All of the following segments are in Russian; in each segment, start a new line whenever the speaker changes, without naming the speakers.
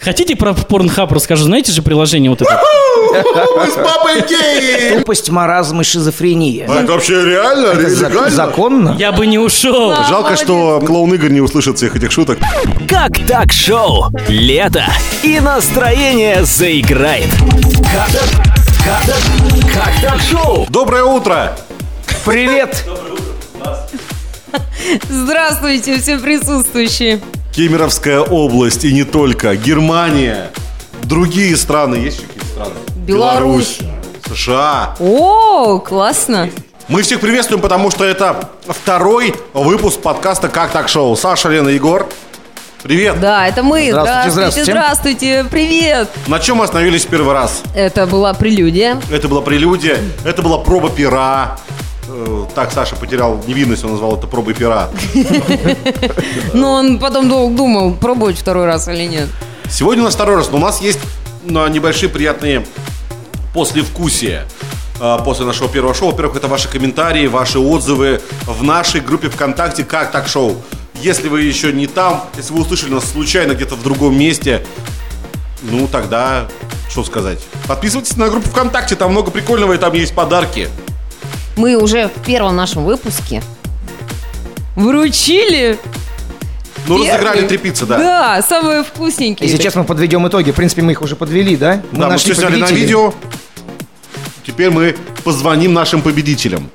Хотите про Порнхаб расскажу? Знаете же приложение вот это?
Мы с папой геи!
Тупость, маразм и шизофрения.
Это вообще реально?
Это зак-
Легально?
законно?
Я бы не ушел.
Молодец.
Жалко, что клоун Игорь не услышит всех этих шуток.
Как так шоу? Лето и настроение заиграет. Как, как, как так шоу?
Доброе утро!
Привет!
Здравствуйте, все присутствующие.
Кемеровская область и не только. Германия. Другие страны. Есть еще какие-то страны?
Беларусь.
США.
О, классно.
Мы всех приветствуем, потому что это второй выпуск подкаста «Как так шоу». Саша, Лена, Егор. Привет.
Да, это мы.
Здравствуйте, здравствуйте.
здравствуйте. Привет.
На чем мы остановились в первый раз?
Это была прелюдия.
Это была прелюдия, это была проба пера. Э, Так Саша потерял невинность, он назвал это пробой пера.
Но он потом долго думал, пробовать второй раз или нет.
Сегодня у нас второй раз, но у нас есть ну, небольшие приятные послевкусия э, после нашего первого шоу. Во-первых, это ваши комментарии, ваши отзывы в нашей группе ВКонтакте «Как так шоу». Если вы еще не там, если вы услышали нас случайно где-то в другом месте, ну тогда что сказать. Подписывайтесь на группу ВКонтакте, там много прикольного и там есть подарки.
Мы уже в первом нашем выпуске вручили.
Ну,
первый-
разыграли три пиццы, да.
Да, самые вкусненькие.
И сейчас мы подведем итоги. В принципе, мы их уже подвели, да? Мы
да, мы
нашли
все сняли на
победителей.
видео. Теперь мы позвоним нашим победителям.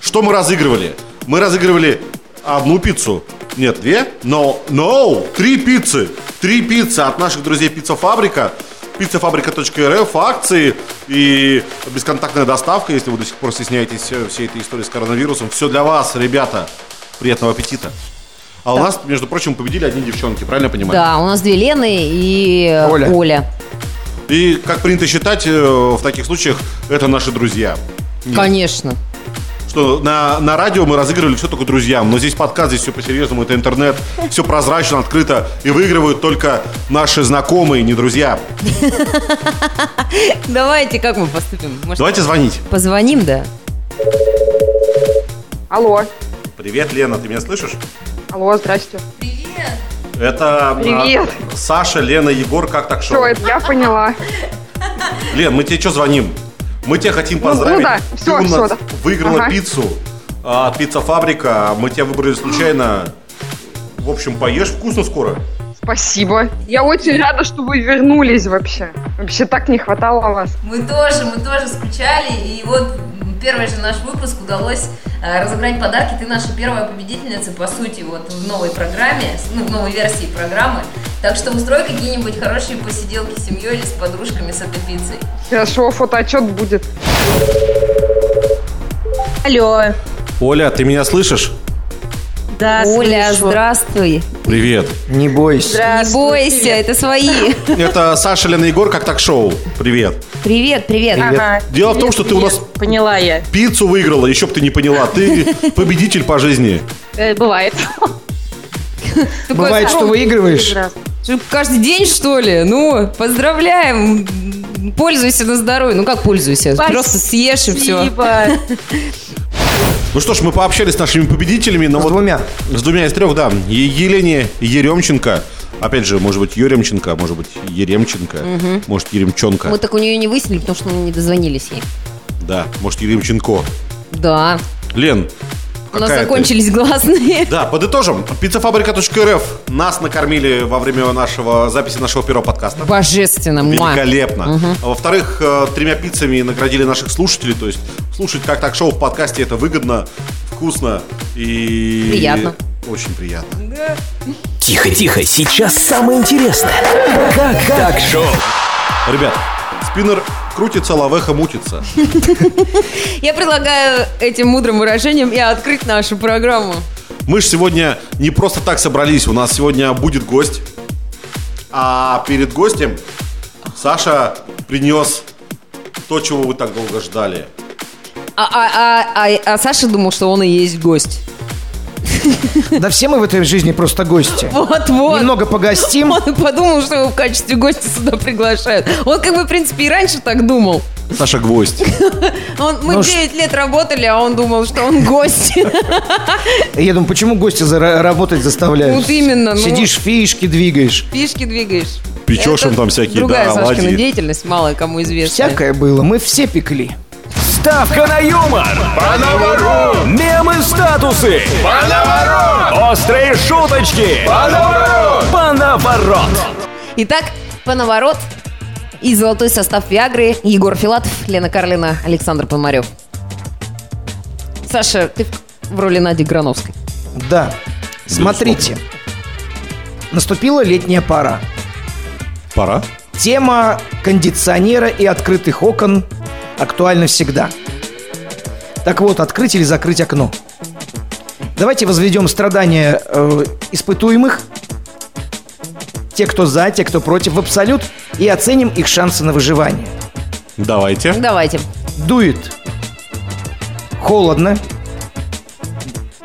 Что мы разыгрывали? Мы разыгрывали одну пиццу. Нет, две? Но, но, три пиццы. Три пиццы от наших друзей Пицца Фабрика. Пиццафабрика.рф, акции и бесконтактная доставка, если вы до сих пор стесняетесь все, всей этой истории с коронавирусом. Все для вас, ребята. Приятного аппетита. А у нас, между прочим, победили одни девчонки, правильно я понимаю?
Да, у нас две Лены и
Оля.
Оля.
И, как принято считать, э, в таких случаях это наши друзья.
Конечно.
Что на, на радио мы разыгрывали все только друзьям, но здесь подкаст, здесь все по-серьезному, это интернет, все прозрачно, открыто, и выигрывают только наши знакомые, не друзья.
Давайте, как мы поступим? Может,
Давайте звонить.
позвоним, да?
Алло.
Привет, Лена, ты меня слышишь?
Алло, здрасте.
Это а,
Привет.
Саша, Лена, Егор, как так шоу?
Что это? Я поняла.
Лен, мы тебе что звоним? Мы тебя хотим поздравить.
ну да,
ты
всё,
у нас
всё, да.
выиграла
Ага.
пиццу а, от Пицца Фабрика. Мы тебя выбрали случайно. В общем, поешь вкусно скоро.
Спасибо. Я очень рада, что вы вернулись вообще. Вообще так не хватало вас.
Мы тоже, мы тоже скучали, и вот первый же наш выпуск удалось э, разыграть подарки. Ты наша первая победительница, по сути, вот в новой программе, с- ну, в новой версии программы. Так что устрой какие-нибудь хорошие посиделки с семьей или с подружками с этой пиццей.
Хорошо, фотоотчет будет.
Алло.
Оля, ты меня слышишь?
Да,
Оля,
слышу.
здравствуй.
Привет.
Не бойся.
Не бойся, это свои.
Это Саша, Лена, Егор, как так шоу. Привет.
Привет, привет.
Ага.
Дело в том, что ты у нас
Поняла я.
пиццу выиграла, еще бы ты не поняла. Ты победитель по жизни.
Э, бывает.
Такой
Бывает, что
огромный.
выигрываешь.
Что, Каждый день, что ли? Ну, поздравляем. Пользуйся на здоровье. Ну, как пользуйся? Просто съешь и все.
Спасибо.
Ну что ж, мы пообщались с нашими победителями.
Ну
Но
С
вот
двумя.
С двумя из трех, да. Е- Елене Еремченко. Опять же, может быть, Еремченко, может быть, Еремченко, может, Еремченко.
Мы так у нее не выяснили, потому что мы не дозвонились ей.
Да, может, Еремченко.
Да.
Лен,
У
какая
нас
ты?
закончились гласные.
Да, подытожим. Пиццафабрика.рф нас накормили во время нашего записи нашего первого подкаста.
Божественно, муа.
Великолепно. А Во-вторых, э, тремя пиццами наградили наших слушателей. То есть слушать как так шоу в подкасте это выгодно, вкусно и...
Приятно.
Очень приятно.
Тихо, тихо, сейчас самое интересное. Как так шоу?
Ребят, спиннер крутится, лавеха мутится.
Я предлагаю этим мудрым выражением и открыть нашу программу.
Мы же сегодня не просто так собрались. У нас сегодня будет гость. А перед гостем Саша принес то, чего вы так долго ждали.
А, а- а- а- а Саша думал, что он и есть гость.
Да все мы в этой жизни просто гости.
Вот-вот.
Ну,
Немного погостим.
Он и подумал, что его в качестве гостя сюда приглашают. Он как бы, в принципе, и раньше так думал.
Саша Гвоздь.
Он- мы
Ну,
9 лет работали, а он думал, что он гость.
Я думаю, почему гости зара- работать заставляют?
Вот именно, ну.
Сидишь, фишки двигаешь.
Фишки двигаешь.
печешь им
Это
там всякие,
Другая
да,
Сашкина
оладьи.
деятельность, мало кому известная.
Всякое было, мы все пекли.
Ставка на юмор. Мемы статусы. Острые шуточки. Пановорот.
Итак, пановорот и золотой состав Виагры Егор Филатов, Лена Карлина, Александр Пономарев. Саша, ты в- в роли Нади Грановской.
Да. Смотрите. Наступила летняя пора.
Пора.
Тема кондиционера и открытых окон актуальна всегда. Так вот, открыть или закрыть окно. Давайте возведем страдания э, испытуемых, те, кто за, те, кто против, в абсолют, и оценим их шансы на выживание.
Ну,
Давайте.
Давайте.
Дует. Холодно.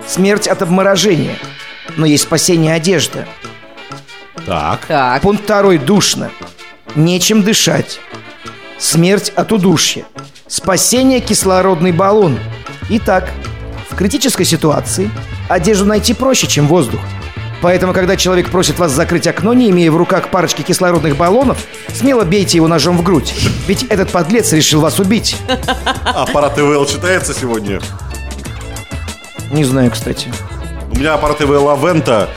Смерть от обморожения. Но есть спасение одежда.
Так.
Так,
Пункт второй. Душно. Нечем дышать. Смерть от удушья. Спасение кислородный баллон. Итак, в критической ситуации одежду найти проще, чем воздух. Поэтому, когда человек просит вас закрыть окно, не имея в руках парочки кислородных баллонов, смело бейте его ножом в грудь. Ведь этот подлец решил вас убить.
Аппарат ИВЛ читается сегодня?
Не знаю, кстати.
У меня аппарат ИВЛ Авента.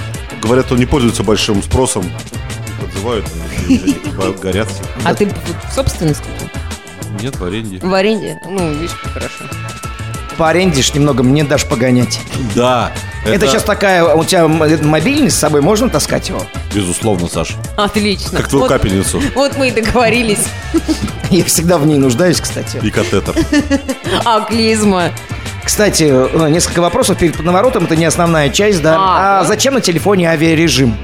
Говорят, он не пользуется большим спросом. Их Отзывают. они типа, Горят.
а ты в собственность купил?
Нет, варенье.
В аренде? Ну, видишь, как хорошо.
По аренде ж немного мне дашь погонять.
Да.
Это сейчас такая... У тебя м- мобильный с собой, можно таскать его?
Безусловно, Саша.
Отлично.
Как твою
вот,
капельницу
вот мы и договорились.
Я всегда в ней нуждаюсь, кстати.
и катетер.
А, клизма.
Кстати, э, несколько вопросов перед поднаворотом, это не основная часть, да.
А,
А, зачем на телефоне авиарежим?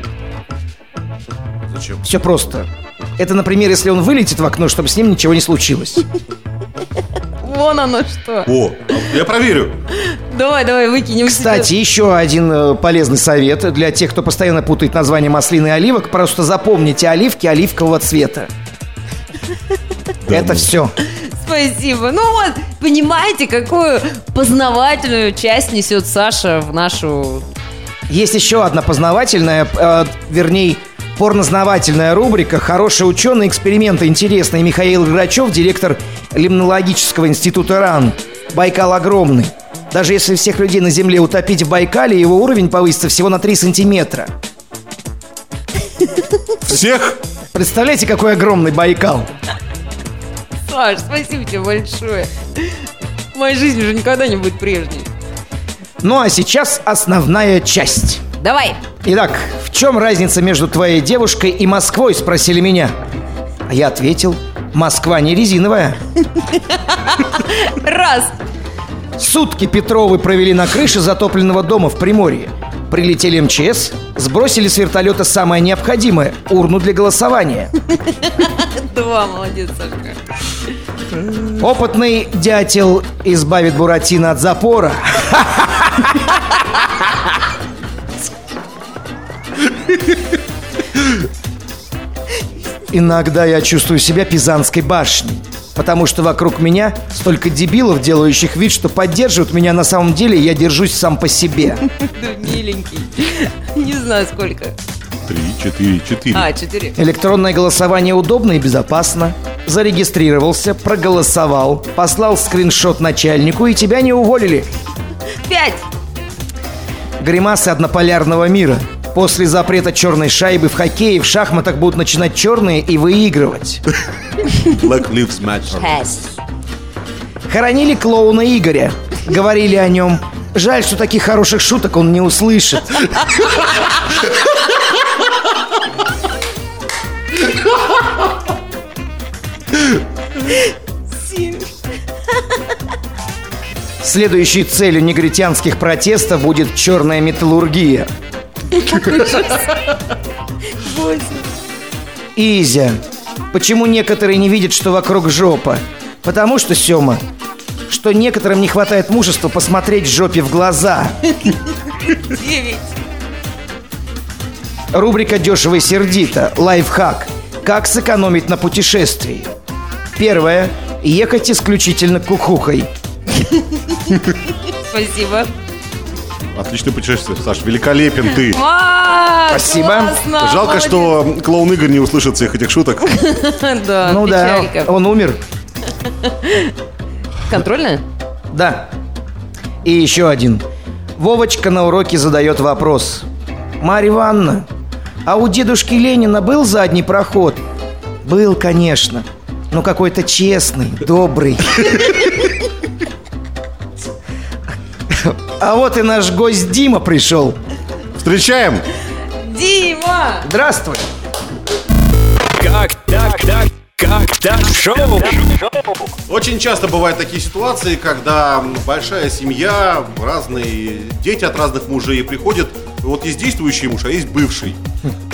Зачем?
Все просто. Это, например, если он вылетит в окно, чтобы с ним ничего не случилось.
Вон оно что.
О, я проверю.
Давай, давай, выкинем.
Кстати, еще один э, полезный совет для тех, кто постоянно путает название маслины и оливок. Просто запомните оливки оливкового цвета. Это все.
Спасибо. Ну вот, понимаете, какую познавательную часть несет Саша в нашу...
Есть еще одна познавательная, э, вернее, порнознавательная рубрика «Хорошие ученые. Эксперименты интересные». Михаил Грачев, директор Лимнологического института РАН. Байкал огромный. Даже если всех людей на Земле утопить в Байкале, его уровень повысится всего на 3 сантиметра.
Всех?
Представляете, какой огромный Байкал?
Саш, спасибо тебе большое. Моя жизнь уже никогда не будет прежней.
Ну а сейчас основная часть.
Давай.
Итак, в чем разница между твоей девушкой и Москвой, спросили меня. А я ответил, Москва не резиновая.
Раз.
Сутки Петровы провели на крыше затопленного дома в Приморье. Прилетели МЧС, сбросили с вертолета самое необходимое – урну для голосования.
Два. Молодец, Сашка.
Опытный дятел избавит Буратино от запора. Иногда я чувствую себя Пизанской башней, потому что вокруг меня столько дебилов, делающих вид, что поддерживают меня, на самом деле я держусь сам по себе.
Ты миленький. Не знаю, сколько.
Три, четыре, четыре.
А, четыре.
Электронное голосование удобно и безопасно. Зарегистрировался, проголосовал, послал скриншот начальнику и тебя не уволили.
Пять.
Гримасы однополярного мира. После запрета черной шайбы в хоккее в шахматах будут начинать черные и выигрывать.
Black Lives Matter.
Шесть.
Хоронили клоуна Игоря. Говорили о нем. Жаль, что таких хороших шуток он не услышит. Следующей целью негритянских протестов будет черная металлургия. Изя, почему некоторые не видят, что вокруг жопа? Потому что, Сема, что некоторым не хватает мужества посмотреть жопе в глаза.
Девять.
Рубрика «Дешево и сердито». Лайфхак. Как сэкономить на путешествии? Первое. Ехать исключительно кукухой.
Спасибо.
Отличный путешествие, Саш. Великолепен ты.
А,
Спасибо.
классно,
Жалко,
молодец.
что клоун Игорь не услышит всех этих шуток.
Да,
Ну да,
печалька.
он умер.
Контрольная?
Да. И еще один. Вовочка на уроке задает вопрос. Марья Ивановна, а у дедушки Ленина был задний проход? Был, конечно. Но какой-то честный, добрый. А вот и наш гость Дима пришел.
Встречаем!
Дима!
Здравствуй.
Как так, так, как так, шоу.
Очень часто бывают такие ситуации, когда большая семья, разные дети от разных мужей приходят. Вот есть действующий муж, а есть бывший.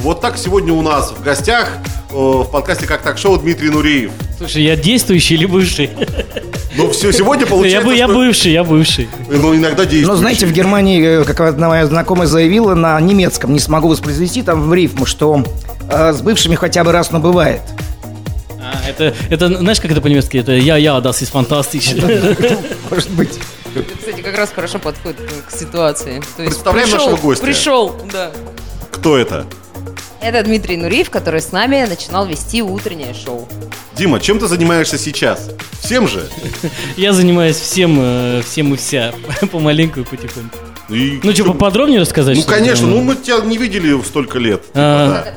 Вот так сегодня у нас в гостях э, в подкасте «Как так шоу» Дмитрий Нуриев.
Слушай, я действующий или бывший?
Ну все, сегодня
Я,
получается,
бы, я
что-
бывший, я бывший.
Ну иногда действующий.
Но знаете, в Германии, э, как одна моя знакомая заявила, на немецком не смогу воспроизвести там в рифму, что э, с бывшими хотя бы раз, но бывает.
А, это, это, знаешь, как это по-немецки? Это я, я, das ist fantastisch.
Может быть.
Кстати, как раз хорошо подходит к ситуации. То есть
Представляем
пришел-
нашего гостя.
Пришел, да.
Кто это?
Это Дмитрий Нуриев, который с нами начинал вести утреннее шоу.
Дима, чем ты занимаешься сейчас? Всем же?
Я занимаюсь всем, э, всем и вся, помаленьку и потихоньку.
И-
Ну что, поподробнее рассказать?
Ну,
что ли?
конечно, ну мы тебя не видели в столько лет.
А,
Да.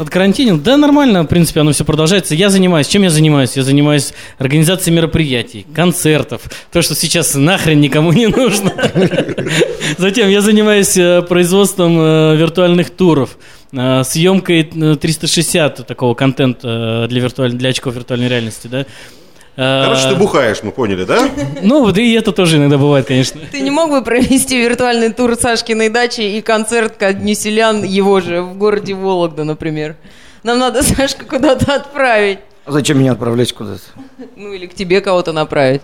От карантина? Да, нормально, в принципе, оно все продолжается. Я занимаюсь, чем я занимаюсь? Я занимаюсь организацией мероприятий, концертов, то, что сейчас нахрен никому не нужно. Затем я занимаюсь э, производством э, виртуальных туров, э, съемкой э, 360 такого контента э, для, виртуаль- для очков виртуальной реальности, да? Э,
Короче, ты бухаешь, мы поняли, да?
Ну, вот и это тоже иногда бывает, конечно.
Ты не мог бы провести виртуальный тур Сашкиной дачи и концерт ко дню селян его же в городе Вологда, например? Нам надо Сашка куда-то отправить.
А Зачем меня отправлять куда-то?
Ну или к тебе кого-то направить.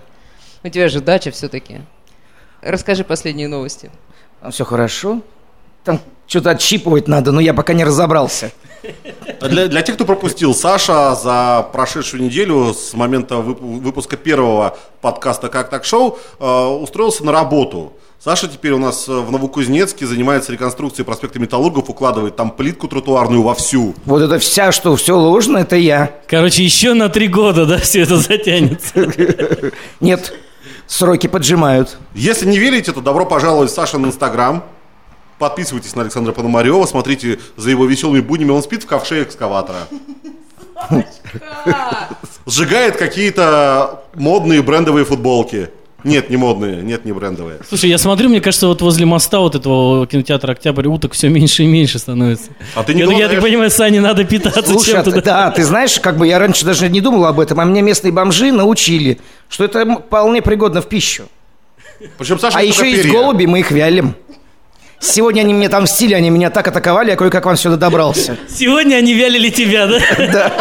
У тебя же дача все-таки. Расскажи последние новости.
все хорошо. Там что-то отщипывать надо, но я пока не разобрался.
А Для, для тех, кто пропустил, Саша за прошедшую неделю с момента вып- выпуска первого подкаста «Как так шоу» э, устроился на работу. Саша теперь у нас э, в Новокузнецке занимается реконструкцией проспекта Металлургов, укладывает там плитку тротуарную вовсю.
Вот это вся, что все ложно, это я.
Короче, еще на три года, да, все это затянется.
Нет, сроки поджимают.
Если не верите, то добро пожаловать в Саша на Инстаграм. Подписывайтесь на Александра Пономарева, смотрите за его веселыми буднями. Он спит в ковше экскаватора. Сжигает какие-то модные брендовые футболки. Нет, не модные, нет, не брендовые.
Слушай, я смотрю, мне кажется, вот возле моста вот этого кинотеатра «Октябрь» уток все меньше и меньше становится.
А ты не
я, я так
голодаешь?
понимаю, Сане надо питаться
Слушай, а
чем-то.
ты- да, ты знаешь, как бы я раньше даже не думал об этом, а меня местные бомжи научили, что это м- вполне пригодно в пищу.
Причем Саша
А
это
еще
только
есть
перья.
голуби, мы их вялим. Сегодня они мне там стили, они меня так атаковали, я кое-как вам сюда добрался.
Сегодня они вялили тебя, да?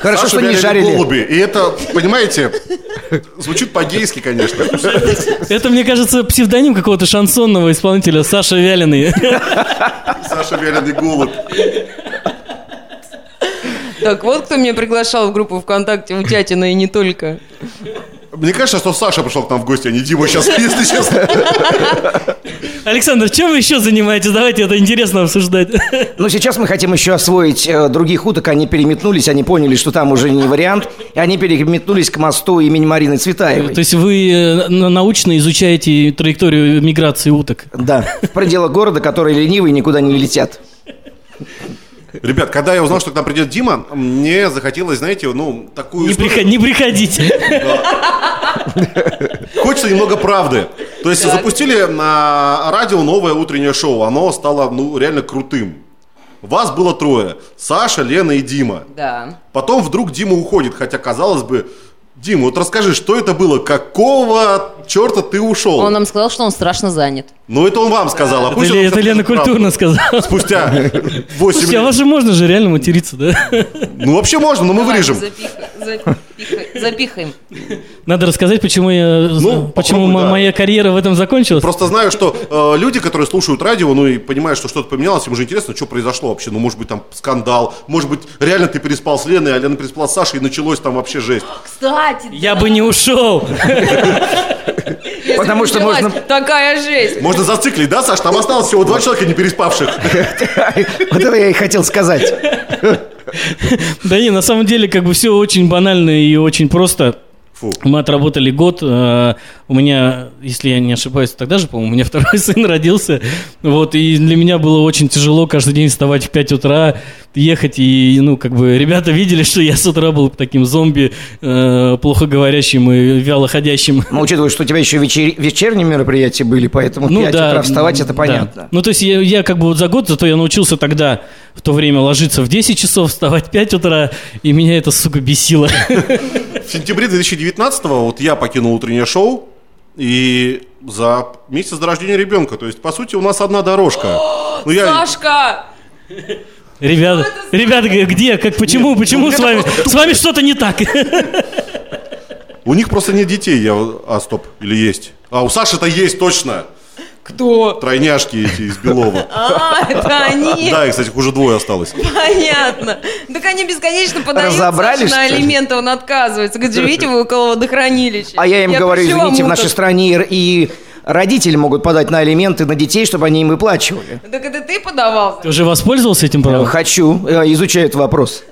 Хорошо,
Саша
что не
вяленые
жарили.
голуби. И это, понимаете, звучит по-гейски, конечно.
Это, мне кажется, псевдоним какого-то шансонного исполнителя Саша Вяленый.
Саша вяленый голубь.
Так, вот кто меня приглашал в группу ВКонтакте Утятина и не только.
Мне кажется, что Саша пришел к нам в гости, а не Дима сейчас, если честно.
Александр, чем вы еще занимаетесь? Давайте это интересно обсуждать.
Но сейчас мы хотим еще освоить э, других уток. Они переметнулись, они поняли, что там уже не вариант. И они переметнулись к мосту имени Марины Цветаевой.
То есть вы э, на- научно изучаете траекторию миграции уток?
Да, в пределах города, которые ленивые никуда не летят.
Ребят, когда я узнал, что к нам придет Дима, мне захотелось, знаете, ну, такую...
Не,
историю.
приход- не приходите.
Хочется немного правды. То есть запустили на радио новое утреннее шоу. Оно стало, ну, реально крутым. Вас было трое. Саша, Лена и Дима.
Да.
Потом вдруг Дима уходит, хотя, казалось бы, Дима, вот расскажи, что это было? Какого черта ты ушел?
Он нам сказал, что он страшно занят.
Ну, это он вам сказал, а
Это,
пусть он
Ле-
сейчас
это Лена
скажет правду.
культурно сказала.
Спустя 8
Слушайте, а
лет.
вас же можно же реально материться, да?
Ну, вообще можно, но мы
Давай,
вырежем.
запиха- запиха- Запихаем.
Надо рассказать, почему я,
Ну,
почему
попробуй,
мо-
да.
моя карьера в этом закончилась.
Просто знаю, что э, люди, которые слушают радио, ну и понимают, что что-то поменялось, им уже интересно, что произошло вообще. Ну, может быть, там скандал, может быть, реально ты переспал с Леной, а Лена переспала с Сашей, и началось там вообще жесть.
Кстати,
Я бы не ушел.
Если
Потому что
началась
можно-
Такая жесть.
Можно зациклить, да, Саш? Там осталось всего два человека не переспавших.
Вот это я и хотел сказать.
Да не, на самом деле, как бы все очень банально и очень просто.
Фу.
Мы отработали год. э, У меня, если я не ошибаюсь, тогда же, по-моему, у меня второй сын родился. Вот, и для меня было очень тяжело каждый день вставать в 5 утра, ехать. И, ну, как бы, ребята видели, что я с утра был таким зомби, э, плохо говорящим и вялоходящим.
Ну, учитывая, что у тебя еще вечер- вечерние мероприятия были, поэтому
Ну
в 5 утра вставать, это
Ну да.
понятно.
Ну, то есть я, я как бы вот за год, зато я научился тогда в то время ложиться в 10 часов, вставать в 5 утра, и меня это, сука, бесило.
В сентябре 2019 вот я покинул утреннее шоу и за месяц до рождения ребенка. То есть, по сути, у нас одна дорожка. Ну, я...
Сашка!
Ребята, ребята, г- где, как, почему, почему с вами, с вами что-то не так?
У них просто нет детей. Я... А, стоп, или есть? А, у Саши-то есть точно.
Кто?
Тройняшки эти из Белова.
А, это они!
Да, и, кстати, уже двое осталось.
Понятно. Так они бесконечно подают
Разобрались,
Саше на
что ли?
алименты, он отказывается. Говорит, живите вы около водохранилища.
А я им говорю,
пришлю вам
извините, в нашей
уток.
стране и- и родители могут подать на алименты на детей, чтобы они им выплачивали.
Так это ты подавал?
Ты уже воспользовался этим правом?
Хочу, э, изучаю этот вопрос.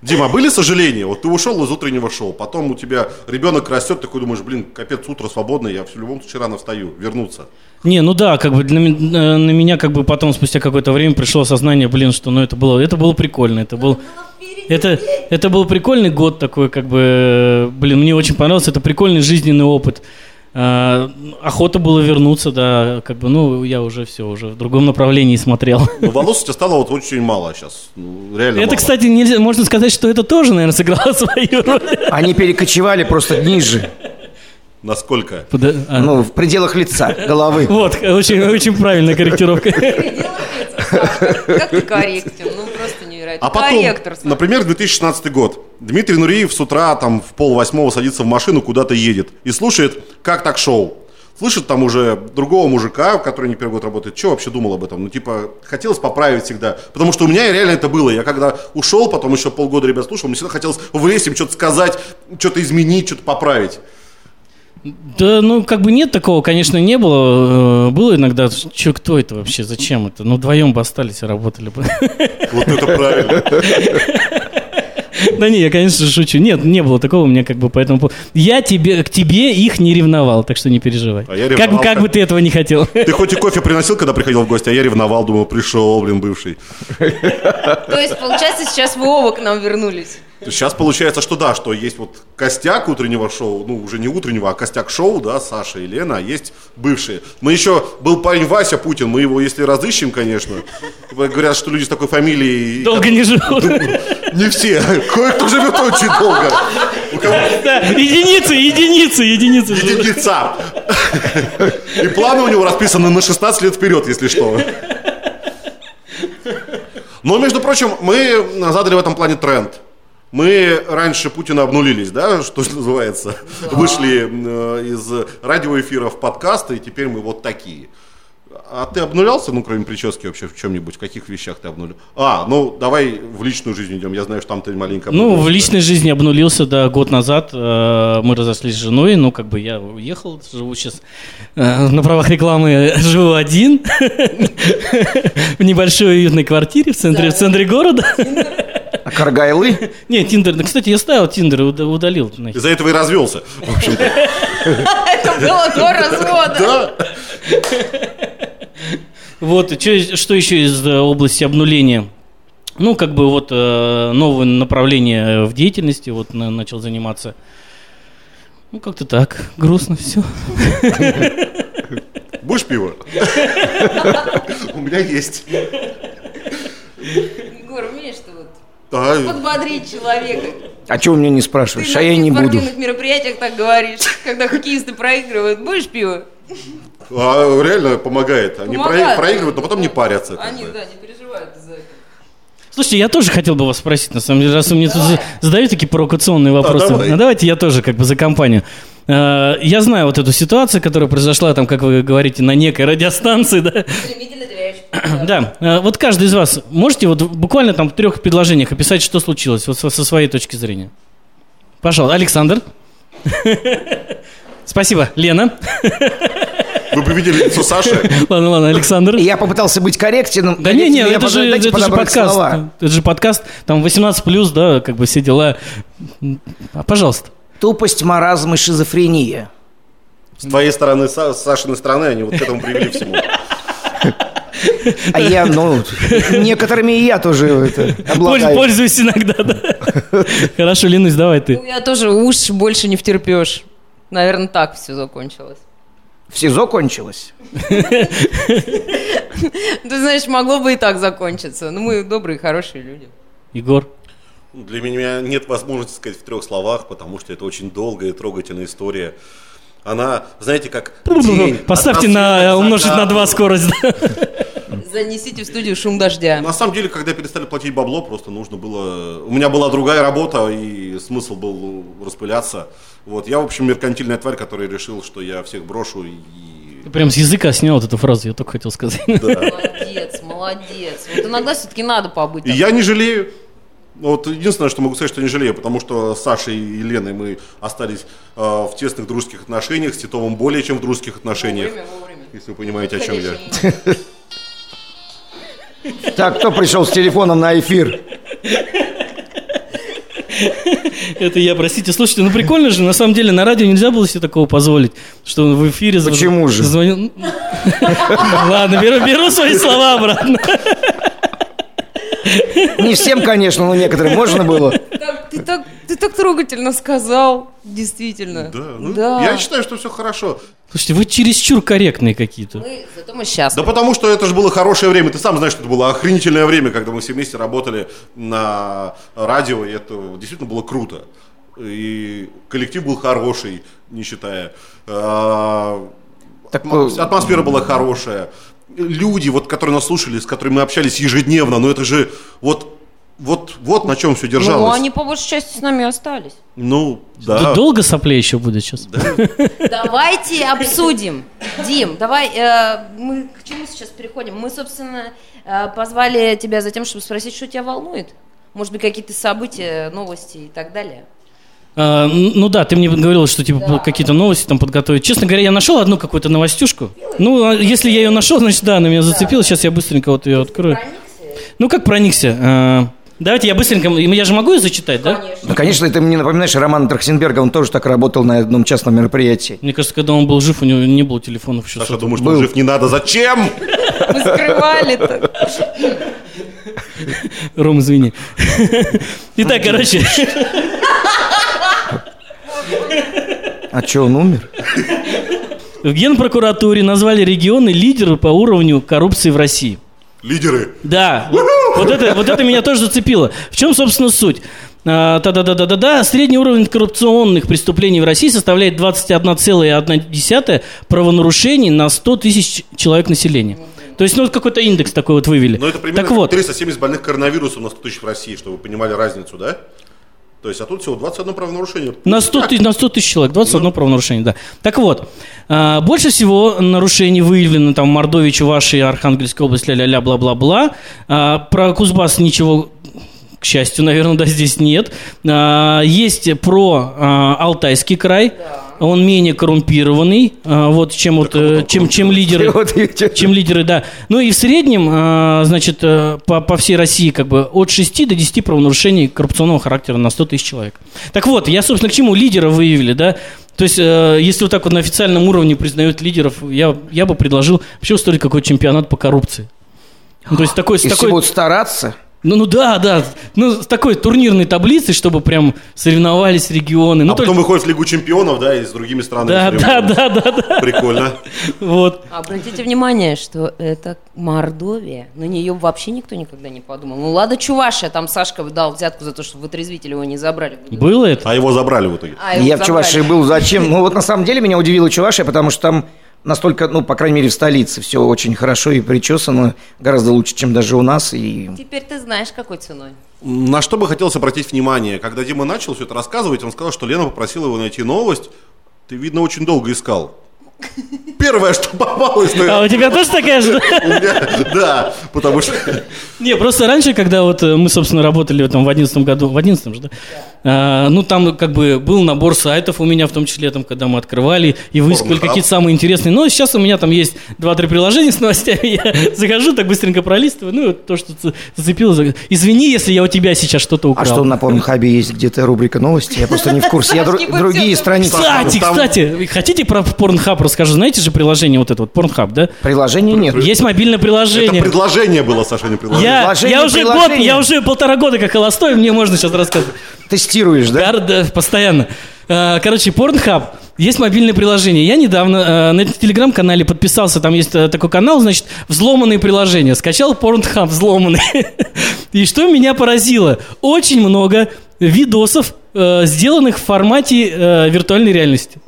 Дима, а были сожаления? Вот ты ушел из утреннего шоу, потом у тебя ребенок растет, такой думаешь, блин, капец, утро свободное, я в любом случае рано встаю, вернуться.
Не, ну да, как бы для, ме- э, на меня как бы потом спустя какое-то время пришло осознание, блин, что ну это было, это было прикольно, это был, это, это был прикольный год такой, как бы, э, блин, мне очень понравился, это прикольный жизненный опыт. А, охота было вернуться, да, как бы, ну я уже все, уже в другом направлении смотрел.
Но Ну, волос у тебя стало вот очень мало сейчас. Ну, реально
Это,
мало.
кстати, нельзя, можно сказать, что это тоже, наверное, сыграло свою роль.
Они перекочевали просто ниже,
Насколько?
Подо- а,
ну, в пределах лица, головы.
Вот, очень, очень правильная корректировка.
Как ты корректен? Ну, просто невероятно.
А потом,
Корректор. Саша.
например, 2016 год. Дмитрий Нуриев с утра там в пол восьмого садится в машину, куда-то едет и слушает «Как так шоу?». Слышит там уже другого мужика, который не первый год работает. Че вообще думал об этом? Ну, типа, хотелось поправить всегда. Потому что у меня реально это было. Я когда ушел, потом еще полгода ребят слушал, мне всегда хотелось влезть им что-то сказать, что-то изменить, что-то поправить.
Да, ну, как бы нет такого, конечно, не было. Э, Было иногда, что, кто это вообще, зачем это? Ну, вдвоем бы остались и работали бы.
Вот это правильно.
Да не, я, конечно, шучу. Нет, не было такого, у меня как бы поэтому... по- Я тебе, к тебе их не ревновал, так что не переживай.
А я
Как бы-
ревновал,
Как
как-
бы ты этого не хотел.
Ты хоть и кофе приносил, когда приходил в гости, а я ревновал, думал, пришел, блин, бывший.
То есть, получается, сейчас вы оба к нам вернулись.
Сейчас получается, что да, что есть вот костяк утреннего шоу, ну уже не утреннего, а костяк шоу, да, Саша и Лена, а есть бывшие. Мы еще, был парень Вася Путин, мы его, если разыщем, конечно, говорят, что люди с такой фамилией...
Долго не живут.
Не все, кое-кто живет очень долго. У кого
Да, единицы, единицы, единицы. живут.
единица. И планы у него расписаны на 16 лет вперед, если что. Но, между прочим, мы задали в этом плане тренд. Мы раньше Путина обнулились, да, что ж называется. Вышли э, из радиоэфира в подкасты, и теперь мы вот такие. А ты обнулялся, ну, кроме прически вообще в чем-нибудь? В каких вещах ты обнулил? А, ну, давай в личную жизнь идем. Я знаю, что там ты маленько
Ну, в
обнулился.
личной жизни обнулился, да, год назад. Э, Мы разошлись с женой, ну, как бы я уехал, живу сейчас э, на правах рекламы, э, живу один в небольшой уютной квартире в центре, в центре города.
А Каргайлы?
Не, Тиндер, да, кстати, я ставил Тиндер, и уда- удалил. нахер.
Из-за этого и развелся. В общем-то,
Это было до развода.
да.
Вот, и чё- что еще из э, области обнуления? Ну, как бы вот э, новое направление э, в деятельности, вот на- начал заниматься. Ну, как-то так, грустно все.
Будешь пиво? У меня есть.
Егор, умеешь ты вот
Да,
подбодрить человека?
А чего у меня не
Ты
спрашиваешь?
на
А я и не
таких
буду.
спортивных мероприятиях так говоришь, когда хоккеисты проигрывают. Будешь пиво?
а, реально помогает. Они
Помогает.
про- проигрывают, но потом не парятся. как
Они,
бы.
да, не переживают за это.
Слушайте, я тоже хотел бы вас спросить, на самом деле, раз вы мне тут за- задают такие провокационные вопросы.
давай.
Ну, давайте я тоже как бы за компанию. Э, Я знаю вот эту ситуацию, которая произошла там, как вы говорите, на некой радиостанции, да?
Стремительно теряешь.
Да. Э, Вот каждый из вас можете вот буквально там в трех предложениях описать, что случилось вот со со своей точки зрения? Пожалуйста, Александр. Спасибо, Лена.
Вы бы видели лицо Саши?
Ладно, ладно, Александр.
И Я попытался быть корректным.
Да не, не,
Корректно, я
это
под-
же,
дайте
это же
подобрать
подкаст.
слова.
Это же подкаст, там 18 плюс, да, как бы все дела. А, Пожалуйста.
Тупость, маразм и шизофрения.
С твоей стороны, Са- с Сашиной стороны, они вот к этому привели всему.
А я, ну, некоторыми и я тоже это,
Польз-
обладаю.
Пользуюсь иногда, да. Хорошо, Ленусь, давай
Ну,
ты.
я тоже уж больше не втерпешь. Наверное, так все закончилось.
В СИЗО кончилось.
Ты знаешь, могло бы и так закончиться. Но мы добрые, хорошие люди.
Егор.
Для меня нет возможности сказать в трех словах, потому что это очень долгая и трогательная история. Она, знаете, как день.
Поставьте
От
на
рассвета к
умножить на
закату.
2 скорость. да.
Занесите в студию шум дождя.
На самом деле, когда перестали платить бабло, просто нужно было... У меня была другая работа, и смысл был распыляться. Вот. Я, в общем, меркантильная тварь, который решил, что я всех брошу и...
Ты Прям с языка снял вот эту фразу, я только хотел сказать.
Да.
Молодец, молодец. Вот иногда все-таки надо побыть.
И я не жалею. Вот единственное, что могу сказать, что не жалею, потому что с Сашей и Леной мы остались э, в тесных дружеских отношениях, с Титовым более чем в дружеских отношениях. Если вы понимаете, о чем я.
Так, кто пришел с телефоном на эфир?
Это я, простите. Слушайте, ну прикольно же, на самом деле на радио нельзя было себе такого позволить, что он в эфире... зв-
Почему же?
звонил. Ладно, беру, беру свои слова обратно.
Не всем, конечно, но некоторым можно было.
Так, ты, так, ты так трогательно сказал, действительно.
Да, ну,
Да.
Я считаю, что все хорошо.
Слушайте, вы чересчур корректные какие-то.
Мы, зато мы счастливы.
Да потому что это же было хорошее время. Ты сам знаешь, что это было охренительное время, когда мы все вместе работали на радио, и это действительно было круто. И коллектив был хороший, не считая. А,
Так,
атмо-
э,
Атмосфера была хорошая. Люди, вот, которые нас слушали, с которыми мы общались ежедневно, ну это же вот, вот, вот на чем все держалось.
ну, они по большей части с нами и остались.
Ну,
Тут
да.
долго соплей еще будет сейчас?
Давайте обсудим. Дим, давай, э, мы к чему сейчас переходим? Мы, собственно, э, позвали тебя за тем, чтобы спросить, что тебя волнует. Может быть, какие-то события, новости и так далее.
А, н- ну да, ты мне говорила, что типа какие-то новости там подготовить. Честно говоря, я нашел одну какую-то новостюшку. Ну, а если я ее нашел, значит, да, она меня зацепила. Сейчас я быстренько вот ее открою. Ну, как проникся? А, Давайте я быстренько... Я же могу ее зачитать, да?
Ну, конечно, ты мне напоминаешь Романа Трахсенберга, он тоже так работал на одном частном мероприятии.
Мне кажется, когда он был жив, у него не было телефонов еще.
Саша, думаю, что он жив не надо. Зачем?
Мы скрывали так.
Ром, извини. Итак, короче,
А что, он умер?
в Генпрокуратуре назвали регионы лидеры по уровню коррупции в России.
Лидеры.
Да, вот, вот это, вот это меня тоже зацепило. В чем, собственно, суть? А, Та-да-да-да-да-да. Средний уровень коррупционных преступлений в России составляет 21,1 правонарушений на 100 тысяч человек населения. То есть, ну, вот какой-то индекс такой вот вывели.
Но Ну, это примерно
так вот,
370 больных коронавирусом на 100 тысяч в России, чтобы вы понимали разницу, да? То есть, а тут всего 21 правонарушение.
На 100, тысяч, на 100 тысяч человек, 21 правонарушение, да. Так вот, а, больше всего нарушений выявлено там в Мордовии, Чувашии, Архангельской области, ля-ля-ля, бла-бла-бла. А, Про Кузбасс ничего, к счастью, наверное, да, здесь нет. А, Есть про а, Алтайский край, он менее коррумпированный, а, вот чем, вот, э, чем, чем лидеры
Вот я тебе-
чем лидеры, да. Ну и в среднем, а, значит, э, по, по всей России как бы от 6 до 10 правонарушений коррупционного характера на 100 тысяч человек. Так вот, я, собственно, к чему лидера выявили, да? То есть, э, если вот так вот на официальном уровне признают лидеров, я, я бы предложил вообще устроить какой-то чемпионат по коррупции. Ну, то есть такой, с
Если
такой,
будут стараться,
ну, ну да, да, ну с такой турнирной таблицей, чтобы прям соревновались регионы. Ну,
а потом выходит в Лигу чемпионов, да, и с другими странами.
да, да,
соревнуются.
да, да, да,
Прикольно.
вот.
Обратите внимание, что это Мордовия. На нее вообще никто никогда не подумал. Ну ладно, Чувашия, там Сашка дал взятку за то, что вытрезвитель его не забрали.
Было это?
А его забрали в итоге.
А, его
я в Чувашии
забрали.
был, зачем? Ну, вот на самом деле меня удивила Чувашия, потому что там настолько, ну, по крайней мере, в столице все очень хорошо и причесано, гораздо лучше, чем даже у нас, и
Теперь ты знаешь, какой ценой.
На что бы хотелось обратить внимание? Когда Дима начал все это рассказывать, он сказал, что Лена попросила его найти новость. Ты, видно, очень долго искал. Первое, что попалось, ну,
А
я-
у тебя тоже такая же?
у меня, да, потому что
Не, просто раньше, когда вот э, мы, собственно, работали там в 11 году, в 11 же, да? э, ну там как бы был набор сайтов у меня, в том числе там, когда мы открывали и выискивали
Pornhub.
какие-то самые интересные. Но сейчас у меня там есть 2-3 приложения с новостями, я захожу, так быстренько пролистываю, ну и вот то, что ц- зацепило. за- Извини, если я у тебя сейчас что-то украл.
А что на Порнхабе есть где-то рубрика новости? Я просто не в курсе. Я дру- другие страницы.
Кстати,
Там-
кстати, хотите про Pornhub расскажу? Знаете же приложение вот это вот, Pornhub, да?
Приложения нет.
Есть мобильное
Это
приложение.
предложение было, Саша, не предложение.
Я,
Приложение,
я уже год,
приложение.
я уже полтора года как холостой, мне можно сейчас рассказывать.
Тестируешь, да?
Да, да, постоянно. Э, Короче, Pornhub. Есть мобильное приложение. Я недавно э, на этом телеграм-канале подписался. Там есть э, такой канал, значит, взломанные приложения. Скачал Pornhub взломанный. И что меня поразило? Очень много видосов, э, сделанных в формате э, виртуальной реальности.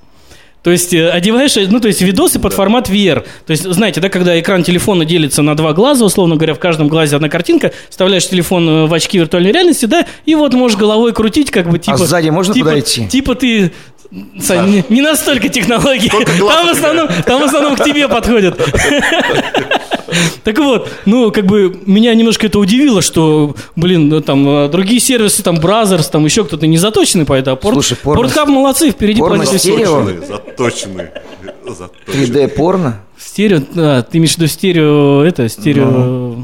То есть э, одеваешь, э, ну то есть видосы под формат VR. То есть знаете, да, когда экран телефона делится на два глаза, условно говоря, в каждом глазе одна картинка, вставляешь телефон э, в очки виртуальной реальности, да, и вот можешь головой крутить, как бы типа.
А сзади можно
типа-
подойти?
Типа ты. Сань, не, не настолько технологии.
Только глаз
Там в, основном, там в основном к тебе подходят. Так вот, ну, как бы меня немножко это удивило, что, блин, ну, там э, другие сервисы, там Бразерс, там еще кто-то не заточенный по это. а Порт-
Слушай, порно-
Портхаб молодцы, впереди
порно
планеты всей.
стерео.
Заточенные, заточенные. заточенные.
3D-порно?
Стерео, а, ты имеешь в виду стерео, это, стерео...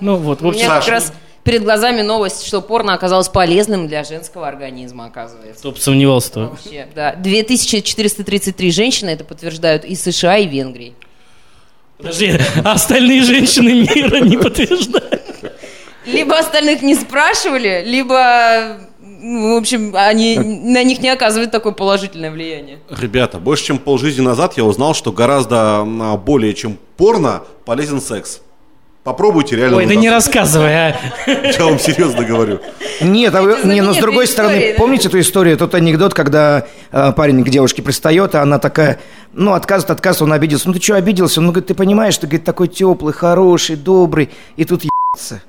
Ну вот, в
У
общем,
меня как
Саша.
раз перед глазами новость, что порно оказалось полезным для женского организма, оказывается.
кто бы сомневался-то.
Вообще, да. 2433 женщины это подтверждают и США, и Венгрии.
Подожди, а остальные женщины мира не подтверждают.
Либо остальных не спрашивали, либо, ну, в общем, они на них не оказывают такое положительное влияние.
Ребята, больше чем полжизни назад я узнал, что гораздо м, а, более чем порно полезен секс. Попробуйте реально.
Ой, да не
удастся.
рассказывай, а.
Я вам серьезно говорю.
Нет, а вы-
Это
не, но с
знаменитая
другой
история,
стороны,
да?
помните эту историю, тот анекдот, когда э, парень к девушке пристает, а она такая, ну, отказ, отказ, он обиделся. Ну, ты что, обиделся? Ну, говорит, ты понимаешь, ты, говорит, такой теплый, хороший, добрый, и тут ебаться.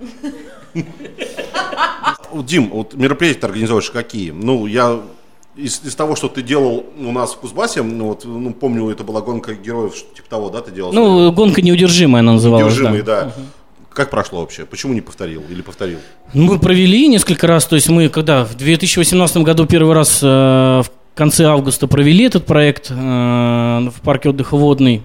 Вот, Дим, вот мероприятия ты организовываешь какие? Ну, я из, из того, что ты делал у нас в Кузбассе, ну, вот, ну, помню, это была гонка героев, что типа того, да, ты делал?
Ну, гонка неудержимая она называлась.
Неудержимые,
да.
да. Как прошло вообще? Почему не повторил или повторил?
Мы провели несколько раз, то есть мы когда в 2018 году первый раз э, в конце августа провели этот проект э, в парке отдыха «Водный».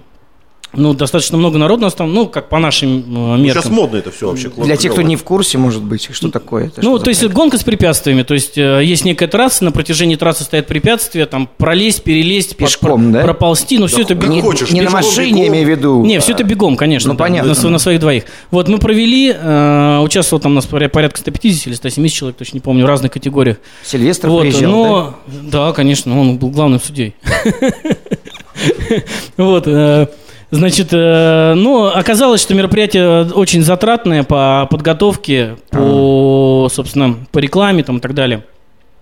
Ну, достаточно много народу у нас там, ну, как по нашим э, меркам.
Сейчас Ну, модно это все вообще.
Для тех, кто не в курсе, может быть, что такое. это,
Ну,
что
то есть
за-
гонка с препятствиями. То есть э, есть некая трасса, на протяжении трассы стоят препятствия, там пролезть, перелезть, под- про-
Пешком, да?
проползти, но все это
как
бегом.
хочешь,
Не на
бежал,
машине, я
бегом.
имею в виду.
Не, все это бегом, конечно.
Ну,
да,
понятно.
На, св- на своих двоих. Вот мы провели, э, участвовало там у нас поря- порядка 150 или 170 человек, точно не помню, в разных категориях.
Сильвестр
Вот,
приезжал, да?
но... да? конечно, он был главным судьей. Вот, э, значит, э, но оказалось, что мероприятие очень затратное по подготовке, по, собственно, по рекламе там и так далее.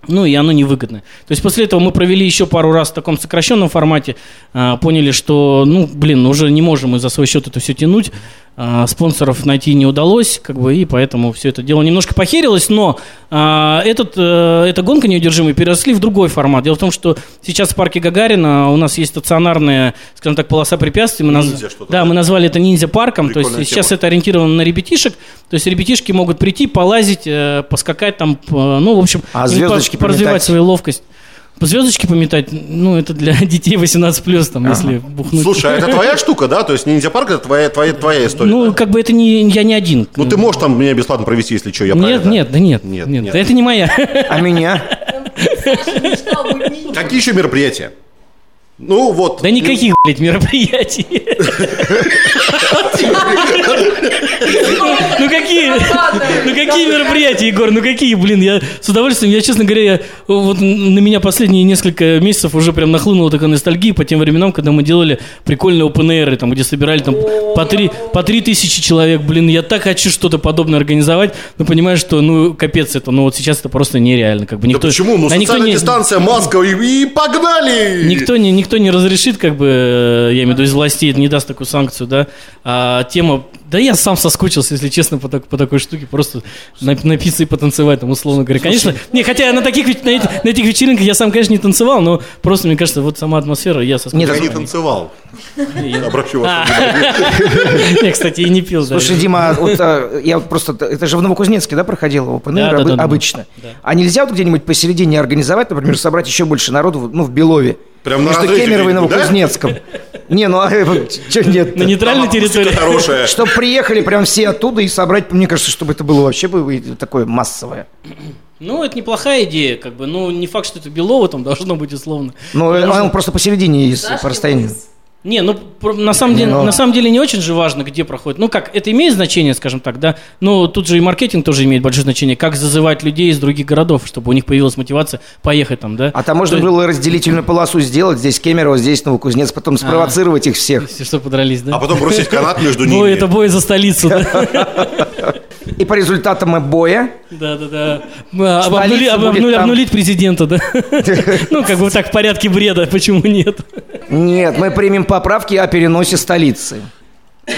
Ну и оно невыгодно. То есть после этого мы провели еще пару раз в таком сокращенном формате, а, поняли, что, ну, блин, уже не можем мы за свой счет это все тянуть, а, спонсоров найти не удалось, как бы, и поэтому все это дело немножко похерилось, но а, этот, э, эта гонка неудержимая переросли в другой формат. Дело в том, что сейчас в парке Гагарина у нас есть стационарная, скажем так, полоса препятствий. Мы наз-
Ниндзя что-то,
да,
да?
мы назвали это ниндзя-парком, то есть
Прикольная
сейчас
тема.
это ориентировано на ребятишек, то есть ребятишки могут прийти, полазить, э, поскакать там, э, ну, в общем,
А
им по-
звездочки
поразвивать
пометать?
свою ловкость. По звездочке пометать, ну, это для детей 18 плюс, там, если бухнуть.
Слушай, а это твоя штука, да? То есть ниндзя парк это твоя, твоя, твоя история.
ну,
да?
как бы это не я не один.
Ну, ты можешь там меня бесплатно провести, если что, я про
нет,
это.
нет, да нет,
Нет,
нет,
нет.
это не моя.
А меня?
Какие еще мероприятия? Ну, вот.
Да никаких, блядь, мероприятий. Ну какие, ну какие мероприятия, Егор, ну какие, блин, я с удовольствием, я, честно говоря, я- вот на меня последние несколько месяцев уже прям нахлынула такая ностальгия по тем временам, когда мы делали прикольные open там, где собирали там по три, по три тысячи человек, блин, я так хочу что-то подобное организовать, но понимаешь, что, ну, капец это, ну вот сейчас это просто нереально, как бы
Да
никто...
почему? Ну,
а никто
социальная
не-
дистанция, маска и, и погнали!
Никто не, ник- никто не разрешит, как бы, э, я имею в виду, из властей не даст такую санкцию, да. А тема, да я сам соскучился, если честно, по, так- по такой штуке, просто на- напиться и потанцевать, там, условно говоря. Конечно, не, хотя на таких веч- на, эти- на этих вечеринках я сам, конечно, не танцевал, но просто, мне кажется, вот сама атмосфера, я соскучился.
Нет,
Я
по
не
ней.
танцевал.
я- А.
Обращу вас.
Я, кстати, и не пил. да.
Слушай, Дима, а вот, а, я вот просто... Это же в Новокузнецке, да, проходило open air
Да, да,
обы-
да, да.
обычно?
Да.
А нельзя вот где-нибудь посередине организовать, например, собрать еще больше народу, вот, ну, в Белове?
Прям на
Между
разрезе
Кемерово и
где-нибудь, да?
Новокузнецком. Не, ну, а что нет
На нейтральной территории.
Хорошая.
Чтобы приехали прям все оттуда и собрать, мне кажется, чтобы это было вообще бы и такое массовое.
Ну, это неплохая идея, как бы. Ну, не факт, что это Белова там должно быть условно.
Но
Потому что-
Ну, э, он просто посередине из
Дашкин
по расстоянию.
лес.
Не, ну про- на самом деле,
Ну.
на самом деле не очень же важно, где проходит. Ну как, это имеет значение, скажем так, да. Но тут же и маркетинг тоже имеет большое значение. Как зазывать людей из других городов, чтобы у них появилась мотивация поехать там, да?
А там можно
То-
было разделительную полосу сделать, здесь Кемерово, здесь Новокузнец,
А.
потом спровоцировать их всех.
Все что подрались, да?
А потом бросить канат между ними.
Бой, Ну, это бой за столицу, да?
И по результатам боя
Да, да, да. Мы об-
Столица
обнули- об-
будет
обнули-
там.
Обнулить президента, да? Ну, как бы так, в порядке бреда, почему нет?
Нет, мы примем поправки о переносе столицы.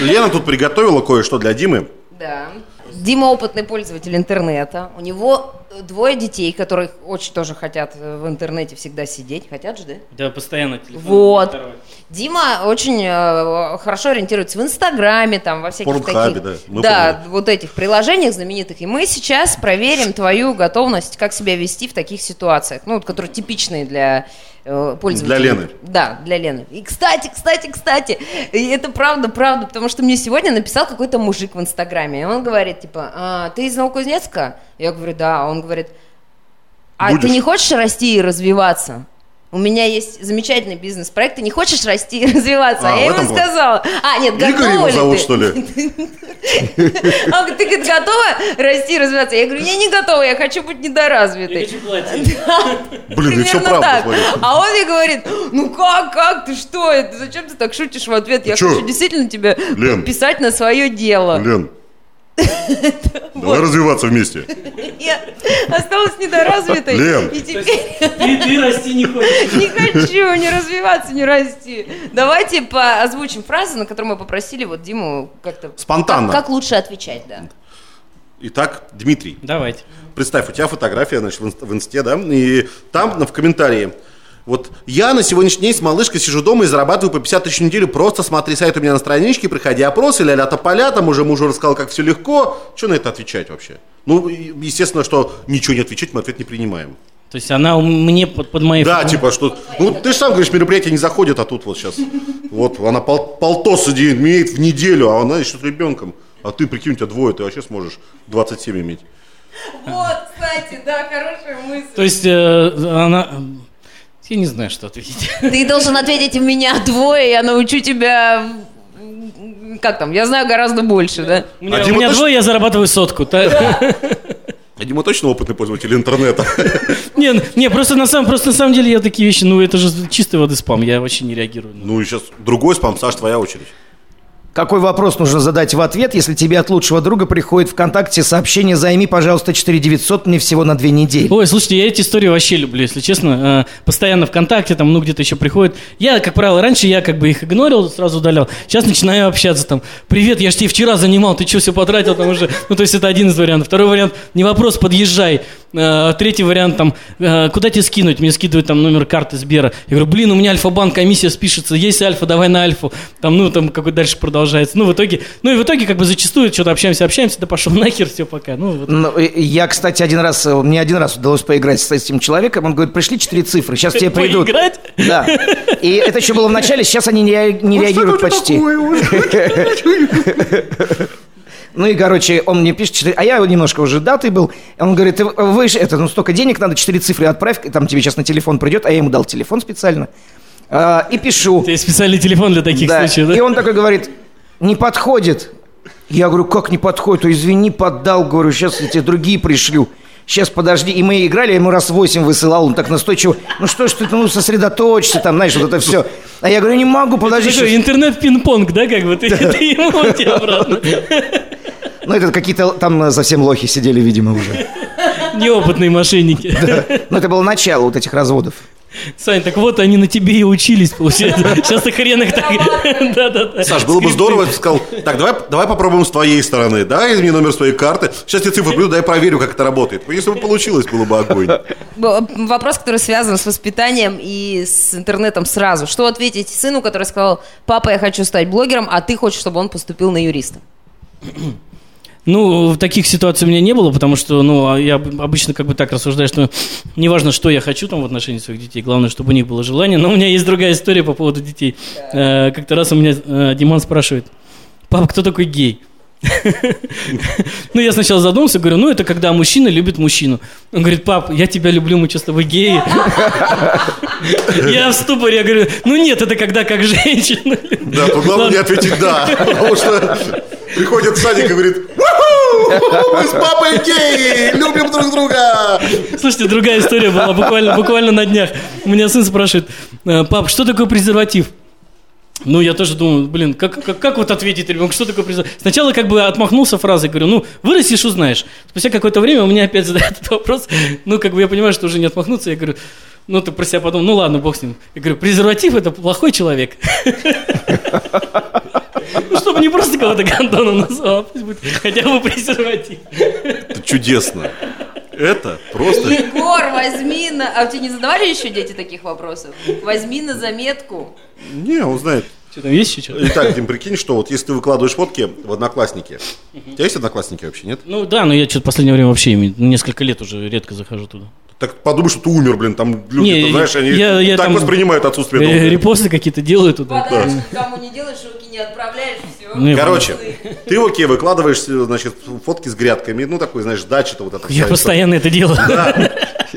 Лена тут приготовила кое-что для Димы.
Да. Дима опытный пользователь интернета. У него э, двое детей, которые очень тоже хотят э, в интернете всегда сидеть. Хотят же, да?
Да, постоянно телефон.
Вот. Дима очень э, хорошо ориентируется в Инстаграме, там, во всяких
Порнхабе,
таких...
да, мы
да,
помним.
вот этих приложениях знаменитых. И мы сейчас проверим твою готовность, как себя вести в таких ситуациях, ну, вот, которые типичные для э, пользователей.
Для Лены.
Да, для Лены. И, кстати, кстати, кстати, и это правда, правда, потому что мне сегодня написал какой-то мужик в Инстаграме, и он говорит, типа, «А, ты из Новокузнецка? Я говорю, да. А Он говорит, а ты
Будешь?
не хочешь расти и развиваться? У меня есть замечательный бизнес-проект, ты не хочешь расти и развиваться?
А,
А,
в
я ему
этом плане.
сказала. А, нет,
Игорь
готова
его
ли
зовут,
ты?
что ли?
Он говорит, ты говорит, готова расти и развиваться? Я говорю, я не готова, я хочу быть недоразвитой.
Блин, и все
Примерно
правда.
так.
смотри.
А он мне говорит, ну как, как, ты что, это, зачем ты так шутишь в ответ? Я
чё?
хочу действительно тебя
Лен.
подписать на свое дело.
Лен, давай развиваться вместе.
Я осталась недоразвитой.
Лен.
И теперь...
Ты, ты расти не хочешь.
Не хочу не развиваться, не расти. Давайте по озвучим фразы, на которые мы попросили вот Диму как-то...
Спонтанно.
Как, как лучше отвечать, да.
Итак, Дмитрий,
Давайте.
представь, у тебя фотография, значит, в инст- в инсте, да, и там ну, в комментарии. Вот я на сегодняшний день с малышкой сижу дома и зарабатываю по 50 тысяч в неделю. Просто смотри сайт у меня на страничке, проходи опросы, ля-ля тополя, там уже мужу рассказал, как все легко. Что на это отвечать вообще? Ну, и- естественно, что ничего не отвечать, мы ответ не принимаем.
То есть она у- мне под, под моей...
Да,
фото-
типа, что... Ну, ты же сам говоришь, мероприятие не заходит, а тут вот сейчас... Вот, она пол, полтос имеет в неделю, а она еще с ребенком. А ты, прикинь, у тебя двое, ты вообще сможешь 27 иметь.
Вот, кстати, да, хорошая мысль.
То есть э, она... Я не знаю, что ответить.
Ты должен ответить, у меня двое, я научу тебя... м, Как там, я знаю гораздо больше, да?
У меня,
А
у
Дима
меня
тоже-
двое, я зарабатываю сотку. Та-
А Дима точно опытный пользователь интернета?
не, н- не, просто на самом, просто на самом деле я такие вещи, ну это же чистой воды спам, я вообще не реагирую. на-
Ну, и сейчас другой спам, Саш, твоя очередь.
Какой вопрос нужно задать в ответ, если тебе от лучшего друга приходит ВКонтакте сообщение «Займи, пожалуйста, 4900 мне всего на две недели».
Ой, слушайте, я эти истории вообще люблю, если честно. Э, Постоянно ВКонтакте, там, ну, где-то еще приходит. Я, как правило, раньше я как бы их игнорил, сразу удалял. Сейчас начинаю общаться там. Привет, я же тебе вчера занимал, ты что, все потратил там уже? Ну, то есть это один из вариантов. Второй вариант, не вопрос, подъезжай. Э, Третий вариант, там, э, куда тебе скинуть? Мне скидывают там номер карты Сбера. Я говорю, блин, у меня Альфа-банк, комиссия спишется, есть Альфа, давай на Альфу. Там, ну, там, какой дальше продолжается. Ну, в итоге, ну, и в итоге, как бы, зачастую что-то общаемся, общаемся, да пошел нахер, все, пока. Ну, вот.
Ну, и- и я, кстати, один раз, э, мне один раз удалось поиграть с этим человеком, он говорит, пришли четыре цифры, сейчас тебе придут.
Поиграть?
Да. И это еще было в начале, сейчас они не, реаг- не реагируют почти. Ну и, короче, он мне пишет, четыре- а я немножко уже датый был. Он говорит, «Ты вы, ж- это, ну столько денег надо, четыре цифры отправь, там тебе сейчас на телефон придет, а я ему дал телефон специально. А, и пишу.
У тебя есть специальный телефон для таких
Да.
случаев, да?
И он такой говорит, не подходит. Я говорю, как не подходит? Ой, Извини, поддал, говорю, сейчас я тебе другие пришлю. Сейчас, подожди. И мы играли, я ему раз восемь высылал, он так настойчиво. Ну что ж ты, ну сосредоточься там, знаешь, вот это все. А я говорю, не могу, подожди.
Такой
сейчас».
Ну интернет-пинг-понг, да, как бы ты, ты ему а тебе обратно.
Ну это какие-то там э, совсем лохи сидели, видимо, уже. Ну,
Неопытные мошенники.
Но это было начало вот этих разводов.
Сань, так вот они на тебе и учились, получается. Сейчас ты хрен их так... Да-да-да.
Саш, было бы здорово, если бы сказал, так, давай, давай попробуем с твоей стороны, дай мне номер своей карты, сейчас я цифры плюс, дай проверю, как это работает. Если бы получилось, было бы огонь.
Б- Вопрос, который связан с воспитанием и с интернетом сразу. Что ответить сыну, который сказал, папа, я хочу стать блогером, а ты хочешь, чтобы он поступил на юриста?
Ну, в таких ситуаций у меня не было, потому что, ну, а я об- обычно как бы так рассуждаю, что неважно, что я хочу там в отношении своих детей, главное, чтобы у них было желание. Но у меня есть другая история по поводу детей. Э, Как-то раз у меня э, Диман спрашивает, папа, кто такой гей? Ну, я сначала задумался, говорю, ну, это когда мужчина любит мужчину. Он говорит, пап, я тебя люблю, мы что с тобой геи? Я в ступоре, я говорю, ну, нет, это когда как женщина.
Да, тут главное не
Ладно.
ответить «да», потому что приходит Саня и говорит,
Мы с папой геи, любим друг друга.
Слушайте, другая история была буквально, буквально на днях. У меня сын спрашивает, «Э, пап, что такое презерватив? Ну, я тоже думаю, блин, как, как, как вот ответить ребенку, что такое презерватив? Сначала как бы отмахнулся фразой, говорю, ну, вырастешь, узнаешь. Спустя какое-то время у меня опять задают этот вопрос. Ну, как бы я понимаю, что уже не отмахнуться. Я говорю, ну, ты про себя подумал, ну, ладно, бог с ним. Я говорю, презерватив – это плохой человек. Ну, чтобы не просто кого-то гондоном назвал, а пусть будет хотя бы презерватив.
это чудесно. Это просто...
Егор, возьми на... А у тебя не задавали еще дети таких вопросов? Возьми на заметку.
Не, он знает.
Что там, есть еще что-то?
Итак, Дим, прикинь, что вот если ты выкладываешь фотки в Одноклассники, у тебя есть Одноклассники вообще, нет?
Ну да, но я что-то в последнее время вообще ими- несколько лет уже редко захожу туда.
Так подумай, что ты умер, блин, там люди,
Не,
ты знаешь, они
я- я
так
там-
воспринимают отсутствие
Э,
долга.
Репосты какие-то делаю туда.
Подарочки кому не делаешь, руки не отправляешь, все.
Ну, я-
Короче, ты в окей выкладываешь, э, значит, фотки с грядками, ну, такой, знаешь, дача-то вот это.
Я
вся
постоянно это делаю.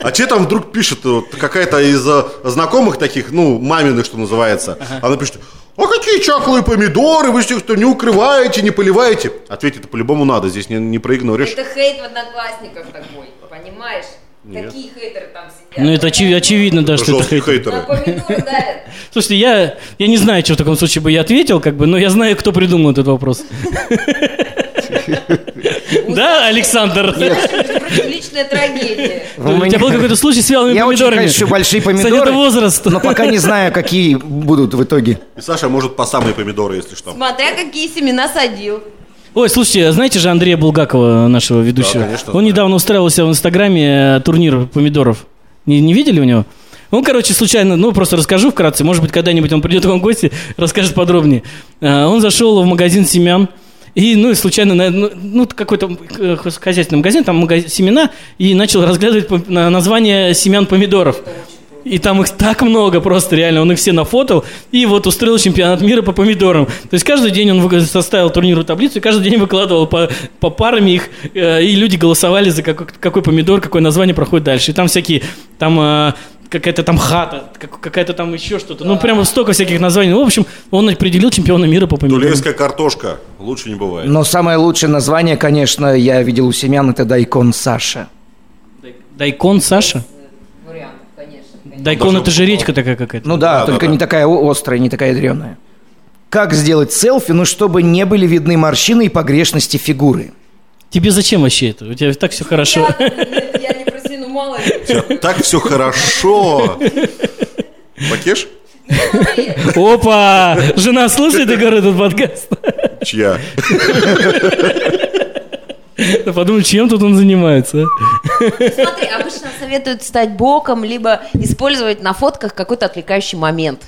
А че там вдруг пишет вот, какая-то из э, знакомых таких, ну, маминых, что называется, она пишет, а какие чахлые помидоры, вы что, что не укрываете, не поливаете? Ответить-то по-любому надо, здесь не, не проигноришь.
Это хейт в одноклассниках такой, понимаешь?
Нет.
Такие хейтеры там сидят.
Ну это очи- очевидно, да, что это
Жесткие
хейтер.
На
хейтеры.
помидоры давят.
Слушайте, я, я не знаю, что в таком случае бы я ответил, как бы, но я знаю, кто придумал этот вопрос. Да, Александр?
Между прочим, Личная трагедия.
У тебя был какой-то случай с вялыми
Я очень
Ну помидорами?
хочу большие
Кстати, это
помидоры,
возраст.
но пока не знаю, какие будут в итоге.
И Саша может по самые помидоры, если что.
Смотря какие семена садил.
Ой, слушайте, а знаете же Андрея Булгакова, нашего ведущего?
конечно,
Он
знаю.
недавно устраивал себя в Инстаграме э, турнир помидоров. Не, не видели у него? Он, короче, случайно, ну, просто расскажу вкратце, может быть, когда-нибудь он придет к вам в гости, расскажет подробнее. Э, Он зашел в магазин семян, и, ну, и случайно, на- ну, ну, какой-то э, хозяйственный магазин, там магазин, семена, и начал разглядывать пом- на- название семян помидоров. И там их так много просто, реально, он их все нафотал, и вот устроил чемпионат мира по помидорам. То есть каждый день он выга- составил турнирную таблицу, и каждый день выкладывал по, по парам их, э, и люди голосовали за какой, какой помидор, какое название проходит дальше. И там всякие, там э, какая-то там хата, как- какая-то там еще что-то. Ну, прямо столько всяких названий. Ну, в общем, он определил чемпиона мира по помидорам.
Тулевская картошка. Лучше не бывает.
Но самое лучшее название, конечно, я видел у семян, это дайкон Саша.
Дайкон, Саша?
Вариант, конечно.
Дайкон это же речка такая какая-то.
Ну да,
Да,
только
да, да.
не такая о- острая, не такая древняя. Как сделать селфи, ну чтобы не были видны морщины и погрешности фигуры?
Тебе зачем вообще это? У тебя и так все хорошо.
Я, нет, я не про сыну, мало ли.
Всё, так все хорошо. Пакеш?
Опа! Жена слушает, Егор, этот подкаст.
Чья?
Да Подумай, чем тут он занимается? а?
Смотри, обычно советуют стать боком, либо использовать на фотках какой-то отвлекающий момент.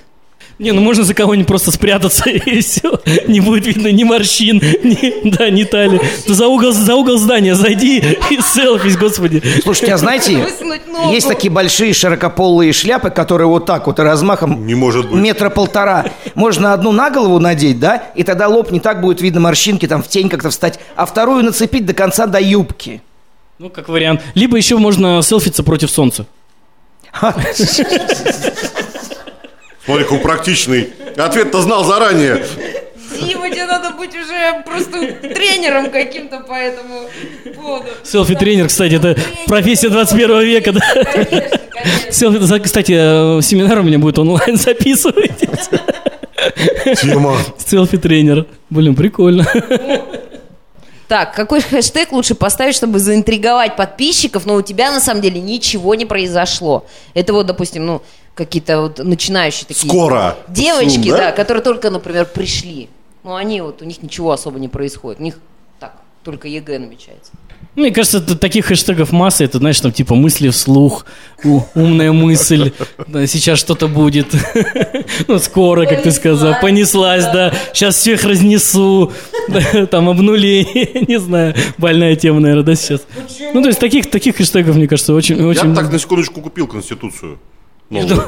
Не, ну можно за кого-нибудь просто спрятаться и все. Не будет видно ни морщин, ни, да, ни талии. Ты за угол, за угол здания зайди и селфись, господи.
Слушайте, а знаете,
Высунуть ногу.
есть такие большие широкополые шляпы, которые вот так вот размахом
Не может быть.
метра полтора. Можно одну на голову надеть, да, и тогда лоб не так будет видно морщинки, там в тень как-то встать, а вторую нацепить до конца до юбки.
Ну, как вариант. Либо еще можно селфиться против солнца.
Смотри, какой практичный. Ответ-то знал заранее.
Дима, тебе надо быть уже просто тренером каким-то по этому поводу.
Селфи-тренер, кстати, это профессия 21 века, да?
Конечно, конечно.
Селфи, за- кстати, э, семинар у меня будет онлайн, записывайтесь.
Тема.
Селфи-тренер. Блин, прикольно.
Так, какой хэштег лучше поставить, чтобы заинтриговать подписчиков, но у тебя на самом деле ничего не произошло. Это вот, допустим, ну, какие-то вот начинающие такие.
Скоро.
Девочки,
Сум,
да? которые только, например, пришли. Ну, они вот, у них ничего особо не происходит. У них так, только ЕГЭ намечается.
Мне кажется, т- таких хэштегов масса. Это, знаешь, там типа мысли вслух, у- умная мысль, да, сейчас что-то будет. Ну, скоро, как ты сказал, понеслась, да. Сейчас всех разнесу. Да, Там обнуление, не знаю. Больная тема, наверное, да, сейчас. Ну, то есть таких, таких хэштегов, мне кажется, очень...
Я
очень...
так на секундочку купил Конституцию. Новую.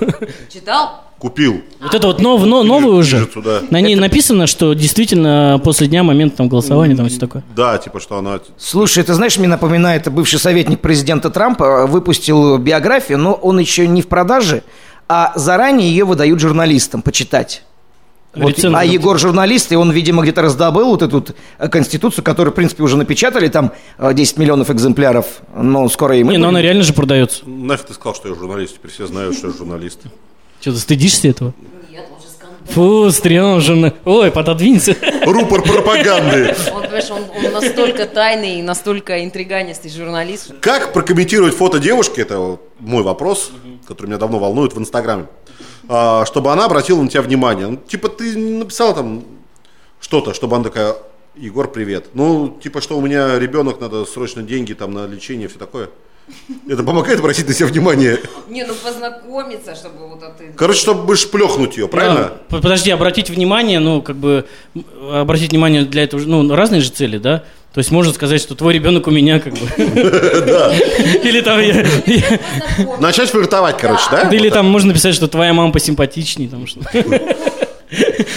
Читал?
Купил.
Вот это вот нов, но- новый уже.
Книжицу, да.
На ней написано, что действительно после дня момента там голосования, там все такое.
Да, типа, что она...
Слушай, ты знаешь, мне напоминает бывший советник президента Трампа, э, выпустил биографию, но он еще не в продаже, а заранее ее выдают журналистам почитать. Вот,
Рецензию.
а Егор журналист, и он, видимо, где-то раздобыл вот эту вот, э, конституцию, которую, в принципе, уже напечатали, там э, 10 миллионов экземпляров, но скоро и мы...
Не, но она
будем.
реально же продается.
Нафиг ты сказал, что я журналист. Теперь все знают, что я журналист.
Что, ты стыдишься этого? Фу, стрём журна- Ой, пододвинься.
Рупор пропаганды.
Он, понимаешь, он, он настолько тайный и настолько интриганистый журналист. что-
Как прокомментировать фото девушки? Это вот мой вопрос, который меня давно волнует в Инстаграме. А, Чтобы она обратила на тебя внимание. Ну, типа, ты написал там что-то, чтобы она такая, Егор, привет. Ну, типа, что у меня ребенок, надо срочно деньги там на лечение, все такое. Это помогает обратить на себя внимание.
Не, ну познакомиться, чтобы вот это...
Короче, чтобы шлехнуть ее, правильно?
Да, п- подожди, обратить внимание, ну, как бы, м, обратить внимание для этого, же, ну, разные же цели, да? То есть можно сказать, что твой ребенок у меня, как бы. Или там, я- я-
Начать флиртовать, короче, да?
или там можно написать, что твоя мама посимпатичнее, там что.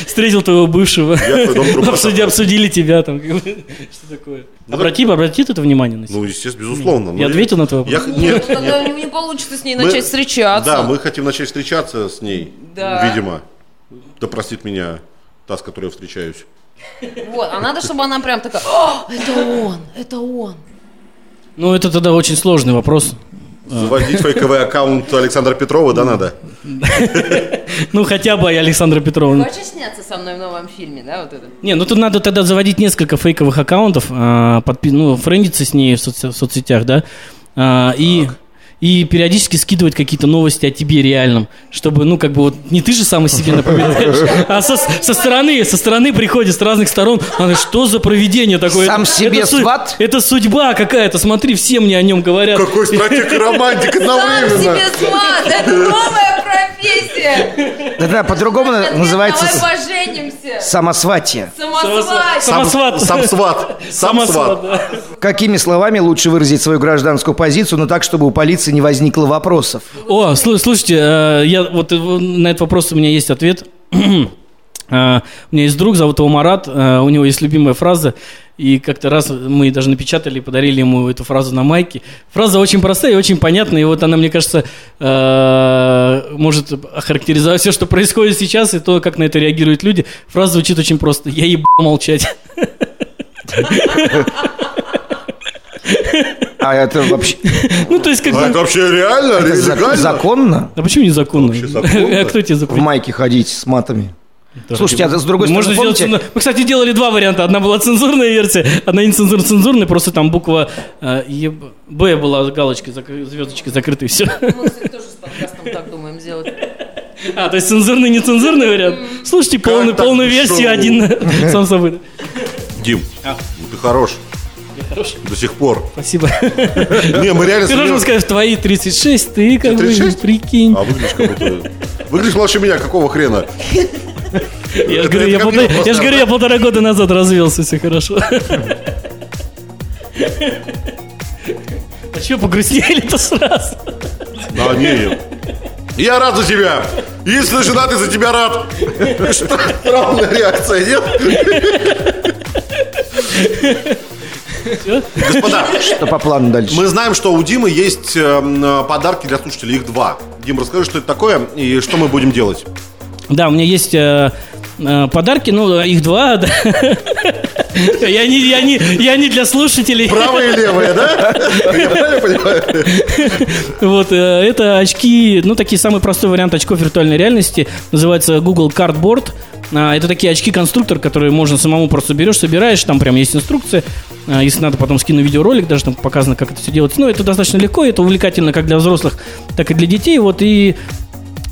Встретил твоего бывшего.
Я твой дом трупа
Обсуди-
сожрал.
Обсудили тебя там. как бы. Что такое?
Ну,
Обрати, обрати это внимание на себя.
Ну, естественно, безусловно.
Я
Ну,
ответил на твой
я-
вопрос?
Нет,
Ну,
нет.
тогда не, не получится с ней
Мы-
начать встречаться.
Да, мы хотим начать встречаться с ней,
Да.
видимо. Да простит меня та, с которой я встречаюсь.
Вот, а надо, чтобы она прям такая, «О, это он, это он.
Ну, это тогда очень сложный вопрос.
Заводить фейковый аккаунт Александра Петрова, да, надо?
Ну, хотя бы Александра Петровна.
Хочешь сняться со мной в новом фильме, да, вот это?
Не, ну тут надо тогда заводить несколько фейковых аккаунтов, а, подпи- ну, френдиться с ней в, соцсе- в соцсетях, да, А, и, и периодически скидывать какие-то новости о тебе реальном, чтобы, ну, как бы вот не ты же сам о себе напоминаешь, а со, со стороны, со стороны приходит, с разных сторон, она говорит, что за проведение такое?
Сам себе
су-
сват?
Это судьба какая-то, смотри, все мне о нем говорят.
Какой стратег и романтик
Сам себе сват, это новая профессия.
Да-да, по-другому
Ответ,
называется с-
Давай поженимся.
самосватие.
Самосват.
Сам
Самосват.
сам сват. Сам сват.
да.
Какими словами лучше выразить свою гражданскую позицию, но так, чтобы у полиции не возникло вопросов?
О, слу- слушайте, э, я вот э, в- на этот вопрос у меня есть ответ. Э, У меня есть друг, зовут его Марат, э, у него есть любимая фраза, и как-то раз мы даже напечатали и подарили ему эту фразу на майке. Фраза очень простая и очень понятная, и вот она, мне кажется, э, может охарактеризовать все, что происходит сейчас, и то, как на это реагируют люди. Фраза звучит очень просто. Я ебал молчать.
А это вообще
Ну, то есть, как
А это
бы...
вообще реально?
это
Ре-
зак-
легально?
законно?
А почему незаконно?
Вообще законно?
А кто тебе
В
запретил?
майке ходить с матами.
Да.
Слушайте, а с другой стороны,
Можно сделать
помните-
цензу- Мы, кстати, делали два варианта. Одна была цензурная версия, одна не цензур- цензурная, просто там буква э, «Еб- Б была галочкой, зак- звездочкой закрытой, все.
Мы, кстати, тоже с подкастом так думаем сделать.
А, то есть цензурный, не цензурный вариант. Слушайте полную,
так
полную
без
версию
шоу?
один э, сам собой.
Дим,
А.
ну ты хорош.
хорош?
До сих пор.
Спасибо.
Не, мы реально...
Ты должен
серьезно.
сказать, твои 36, ты как бы
36?
прикинь.
А выглядишь как будто... Выглядишь младше меня, какого хрена?
Я же
это
говорю, я
ко мне
полтора-
вопрос,
я же говорю, я
наверное.
полтора года назад развелся, все хорошо. А чего погрустнели-то сразу?
Да, не. Я рад за тебя. Если ты женат, я за тебя рад. Что, правильная реакция, нет? Господа,
Что по плану дальше?
мы знаем, что у Димы есть эм, э, подарки для слушателей. Их два. Дим, расскажи, что это такое и что мы будем делать.
Да, у меня есть э, э, подарки, ну, э, их два. да. Я не, я, не, я не для слушателей.
Правая и левая, да? Я правильно понимаю?
Вот, э, это очки, ну, такие самый простой вариант очков виртуальной реальности. Называется Google Cardboard. А, Это такие очки-конструктор, которые можно самому просто берешь, собираешь, там прям есть инструкция. А, Если надо, потом скину видеоролик, даже там показано, как это все делается. Ну, это достаточно легко, это увлекательно как для взрослых, так и для детей. Вот, и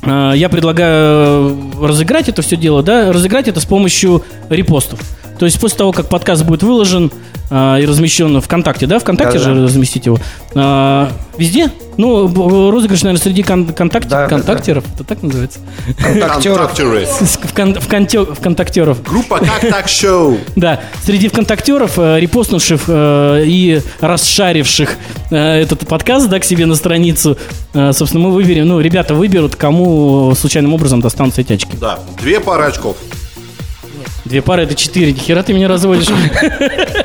Э, Я предлагаю э, разыграть это все дело, да, разыграть это с помощью репостов. То есть после того, как подкаст будет выложен э, и размещен ВКонтакте, да, ВКонтакте
Да-да.
же разместить его, э, везде? Ну, б- розыгрыш, наверное, среди кон- контакти-
Да-да-да.
контактеров, это так называется?
Контактеров.
Контактеры.
С- в кон- в конте- Вконтактеров.
Группа «Как так шоу».
Да, среди вконтактеров, э, репостнувших э, и расшаривших э, этот подкаст, да, к себе на страницу, э, собственно, мы выберем, ну, ребята выберут, кому случайным образом достанутся эти очки.
Да, две пары очков.
Две пары — это четыре, нихера ты меня разводишь.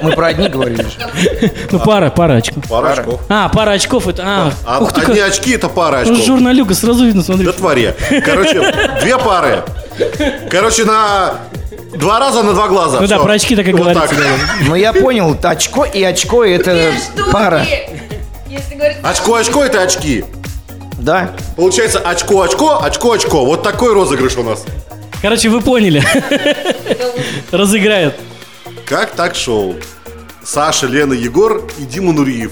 Мы про одни говорили же.
Ну, пара, пара очков.
Пара очков.
А, пара очков — это... А,
А
ух ты,
одни
как-
очки это пара
ну,
очков.
журналюга, сразу видно, смотри.
Да твари. Короче, две пары. Короче, на два раза на два глаза.
Ну да,
Всё.
про очки так и
Вот
говорится,
Но я понял, очко и очко это пара.
Если говорить...
Очко, очко это очки.
Да.
Получается очко, очко, очко, очко. Вот такой розыгрыш у нас.
Короче, вы поняли. Разыграют.
Как так шоу? Саша, Лена, Егор и Дима Нуриев.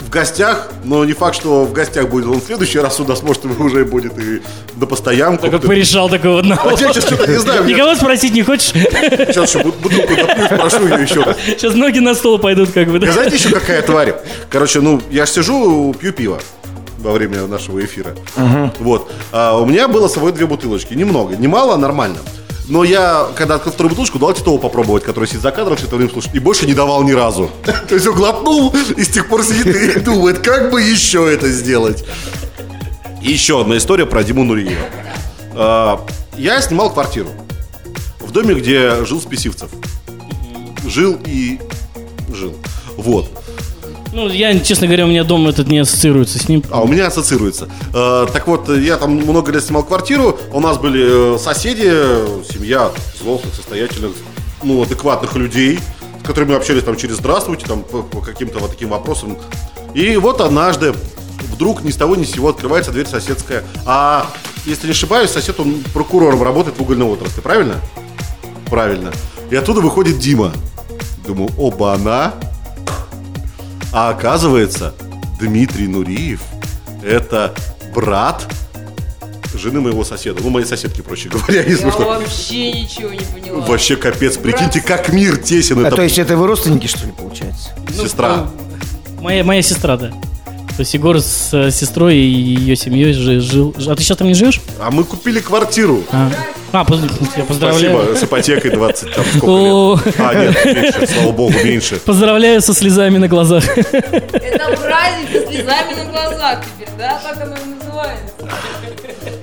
В гостях, но не факт, что в гостях будет он в следующий раз у нас, может, уже будет и на постоянку.
Как порешал такого одного.
Вот я сейчас что-то не знаю, мне
Никого спросить не хочешь?
сейчас еще бут- бутылку допью, спрошу ее еще раз.
Сейчас ноги на стол пойдут, как бы, да?
А Знаете еще какая тварь? Короче, ну, я ж сижу, пью пиво во время нашего эфира. Вот. А у меня было с собой две бутылочки. Немного. Немало, нормально. Но я, когда открыл вторую бутылочку, дал Титову попробовать, который сидит за кадром, все это время слушает. И больше не давал ни разу. То есть он глотнул и с тех пор сидит и думает, как бы еще это сделать. И еще одна история про Диму Нуриева. А, Я снимал квартиру в доме, где жил Списивцев. Жил и жил. Вот.
Ну, я, честно говоря, у меня дом этот не ассоциируется с ним.
А у меня ассоциируется. Э, так вот, я там много лет снимал квартиру. У нас были э, соседи, э, семья взрослых, состоятельных, ну, адекватных людей, с которыми мы общались там через здравствуйте, там по, по каким-то вот таким вопросам. И вот однажды вдруг ни с того ни с сего открывается дверь соседская. А если не ошибаюсь, сосед он прокурором работает в угольной отрасли, правильно? Правильно. И оттуда выходит Дима. Думаю, оба она. А оказывается, Дмитрий Нуриев – это брат жены моего соседа. Ну, моей соседки, проще говоря, если
Я
что.
вообще ничего не поняла.
Вообще капец, прикиньте, как мир тесен.
А
Это
то есть это вы родственники, что ли, получается?
сестра.
Моя, моя сестра, да. То есть Егор с э, сестрой и ее семьей жи- жил. ж- А ты сейчас там не живешь?
А мы купили квартиру.
А, А, поз- я поздравляю.
Спасибо, с ипотекой 20 там сколько лет.
О,
А, нет, меньше, слава богу, меньше.
Поздравляю со слезами на глазах.
Это праздник со слезами на глазах теперь, да? Так оно и называется.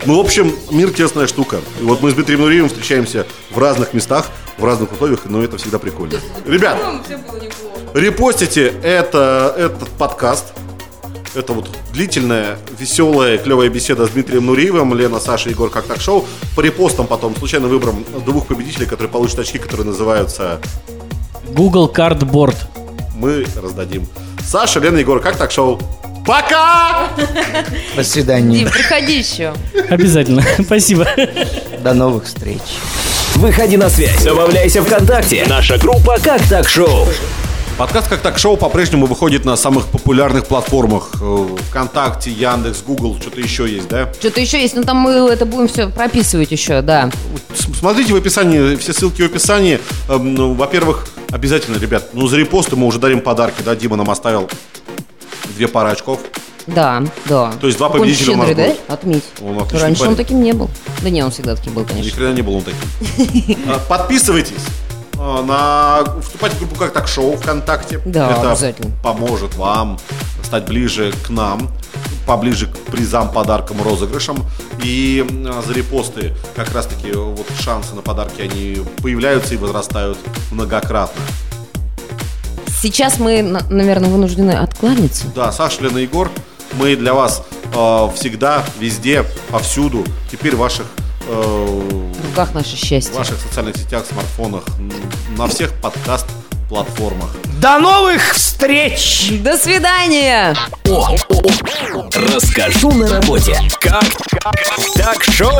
Ну, в общем, мир тесная штука. И вот мы с Дмитрием Нуриевым встречаемся в разных местах, в разных условиях, но это всегда прикольно. Ребят,
По-моему, все Ну, было неплохо.
Репостите это, этот подкаст. Это вот длительная, веселая, клевая беседа с Дмитрием Нуриевым, Лена, Саша, Егор, как так шоу. По репостам потом случайно выбором двух победителей, которые получат очки, которые называются
Google Cardboard.
«Мы раздадим». Саша, Лена, Егор, как так шоу. Пока!
До свидания.
Дим, приходи еще.
Обязательно. Спасибо.
До новых встреч.
Выходи на связь. Добавляйся ВКонтакте. Наша группа «Как так шоу».
Подкаст «Как так шоу» по-прежнему выходит на самых популярных платформах. Э, ВКонтакте, Яндекс, Гугл, что-то еще есть, да?
Что-то еще есть, но там мы это будем все прописывать еще, да.
С- Смотрите в описании, все ссылки в описании. Эм, ну, во-первых, обязательно, ребят, ну за репосты мы уже дарим подарки, да, Дима нам оставил две пары очков.
Да, да.
То есть два
Какой он
победителя у нас
щедрый,
будет.
да? Отметь.
Он отличный
Раньше
парень.
он таким не был. Да не, он всегда таким был,
Ни
конечно.
хрена не было он таким. А, Подписывайтесь а, на вступать в группу как так шоу ВКонтакте.
Да,
Это
обязательно.
поможет вам стать ближе к нам, поближе к призам, подаркам, розыгрышам. И а, за репосты как раз-таки вот шансы на подарки, они появляются и возрастают многократно.
Сейчас мы, на- наверное, вынуждены откланяться.
Да, Саша, Лена, Егор, мы для вас э, всегда, везде, повсюду. Теперь в ваших, э,
В руках наше
в
счастье.
ваших социальных сетях, смартфонах, м, на всех подкаст-платформах.
До новых встреч!
До свидания!
О, о, о. Расскажу на работе. Как так шоу.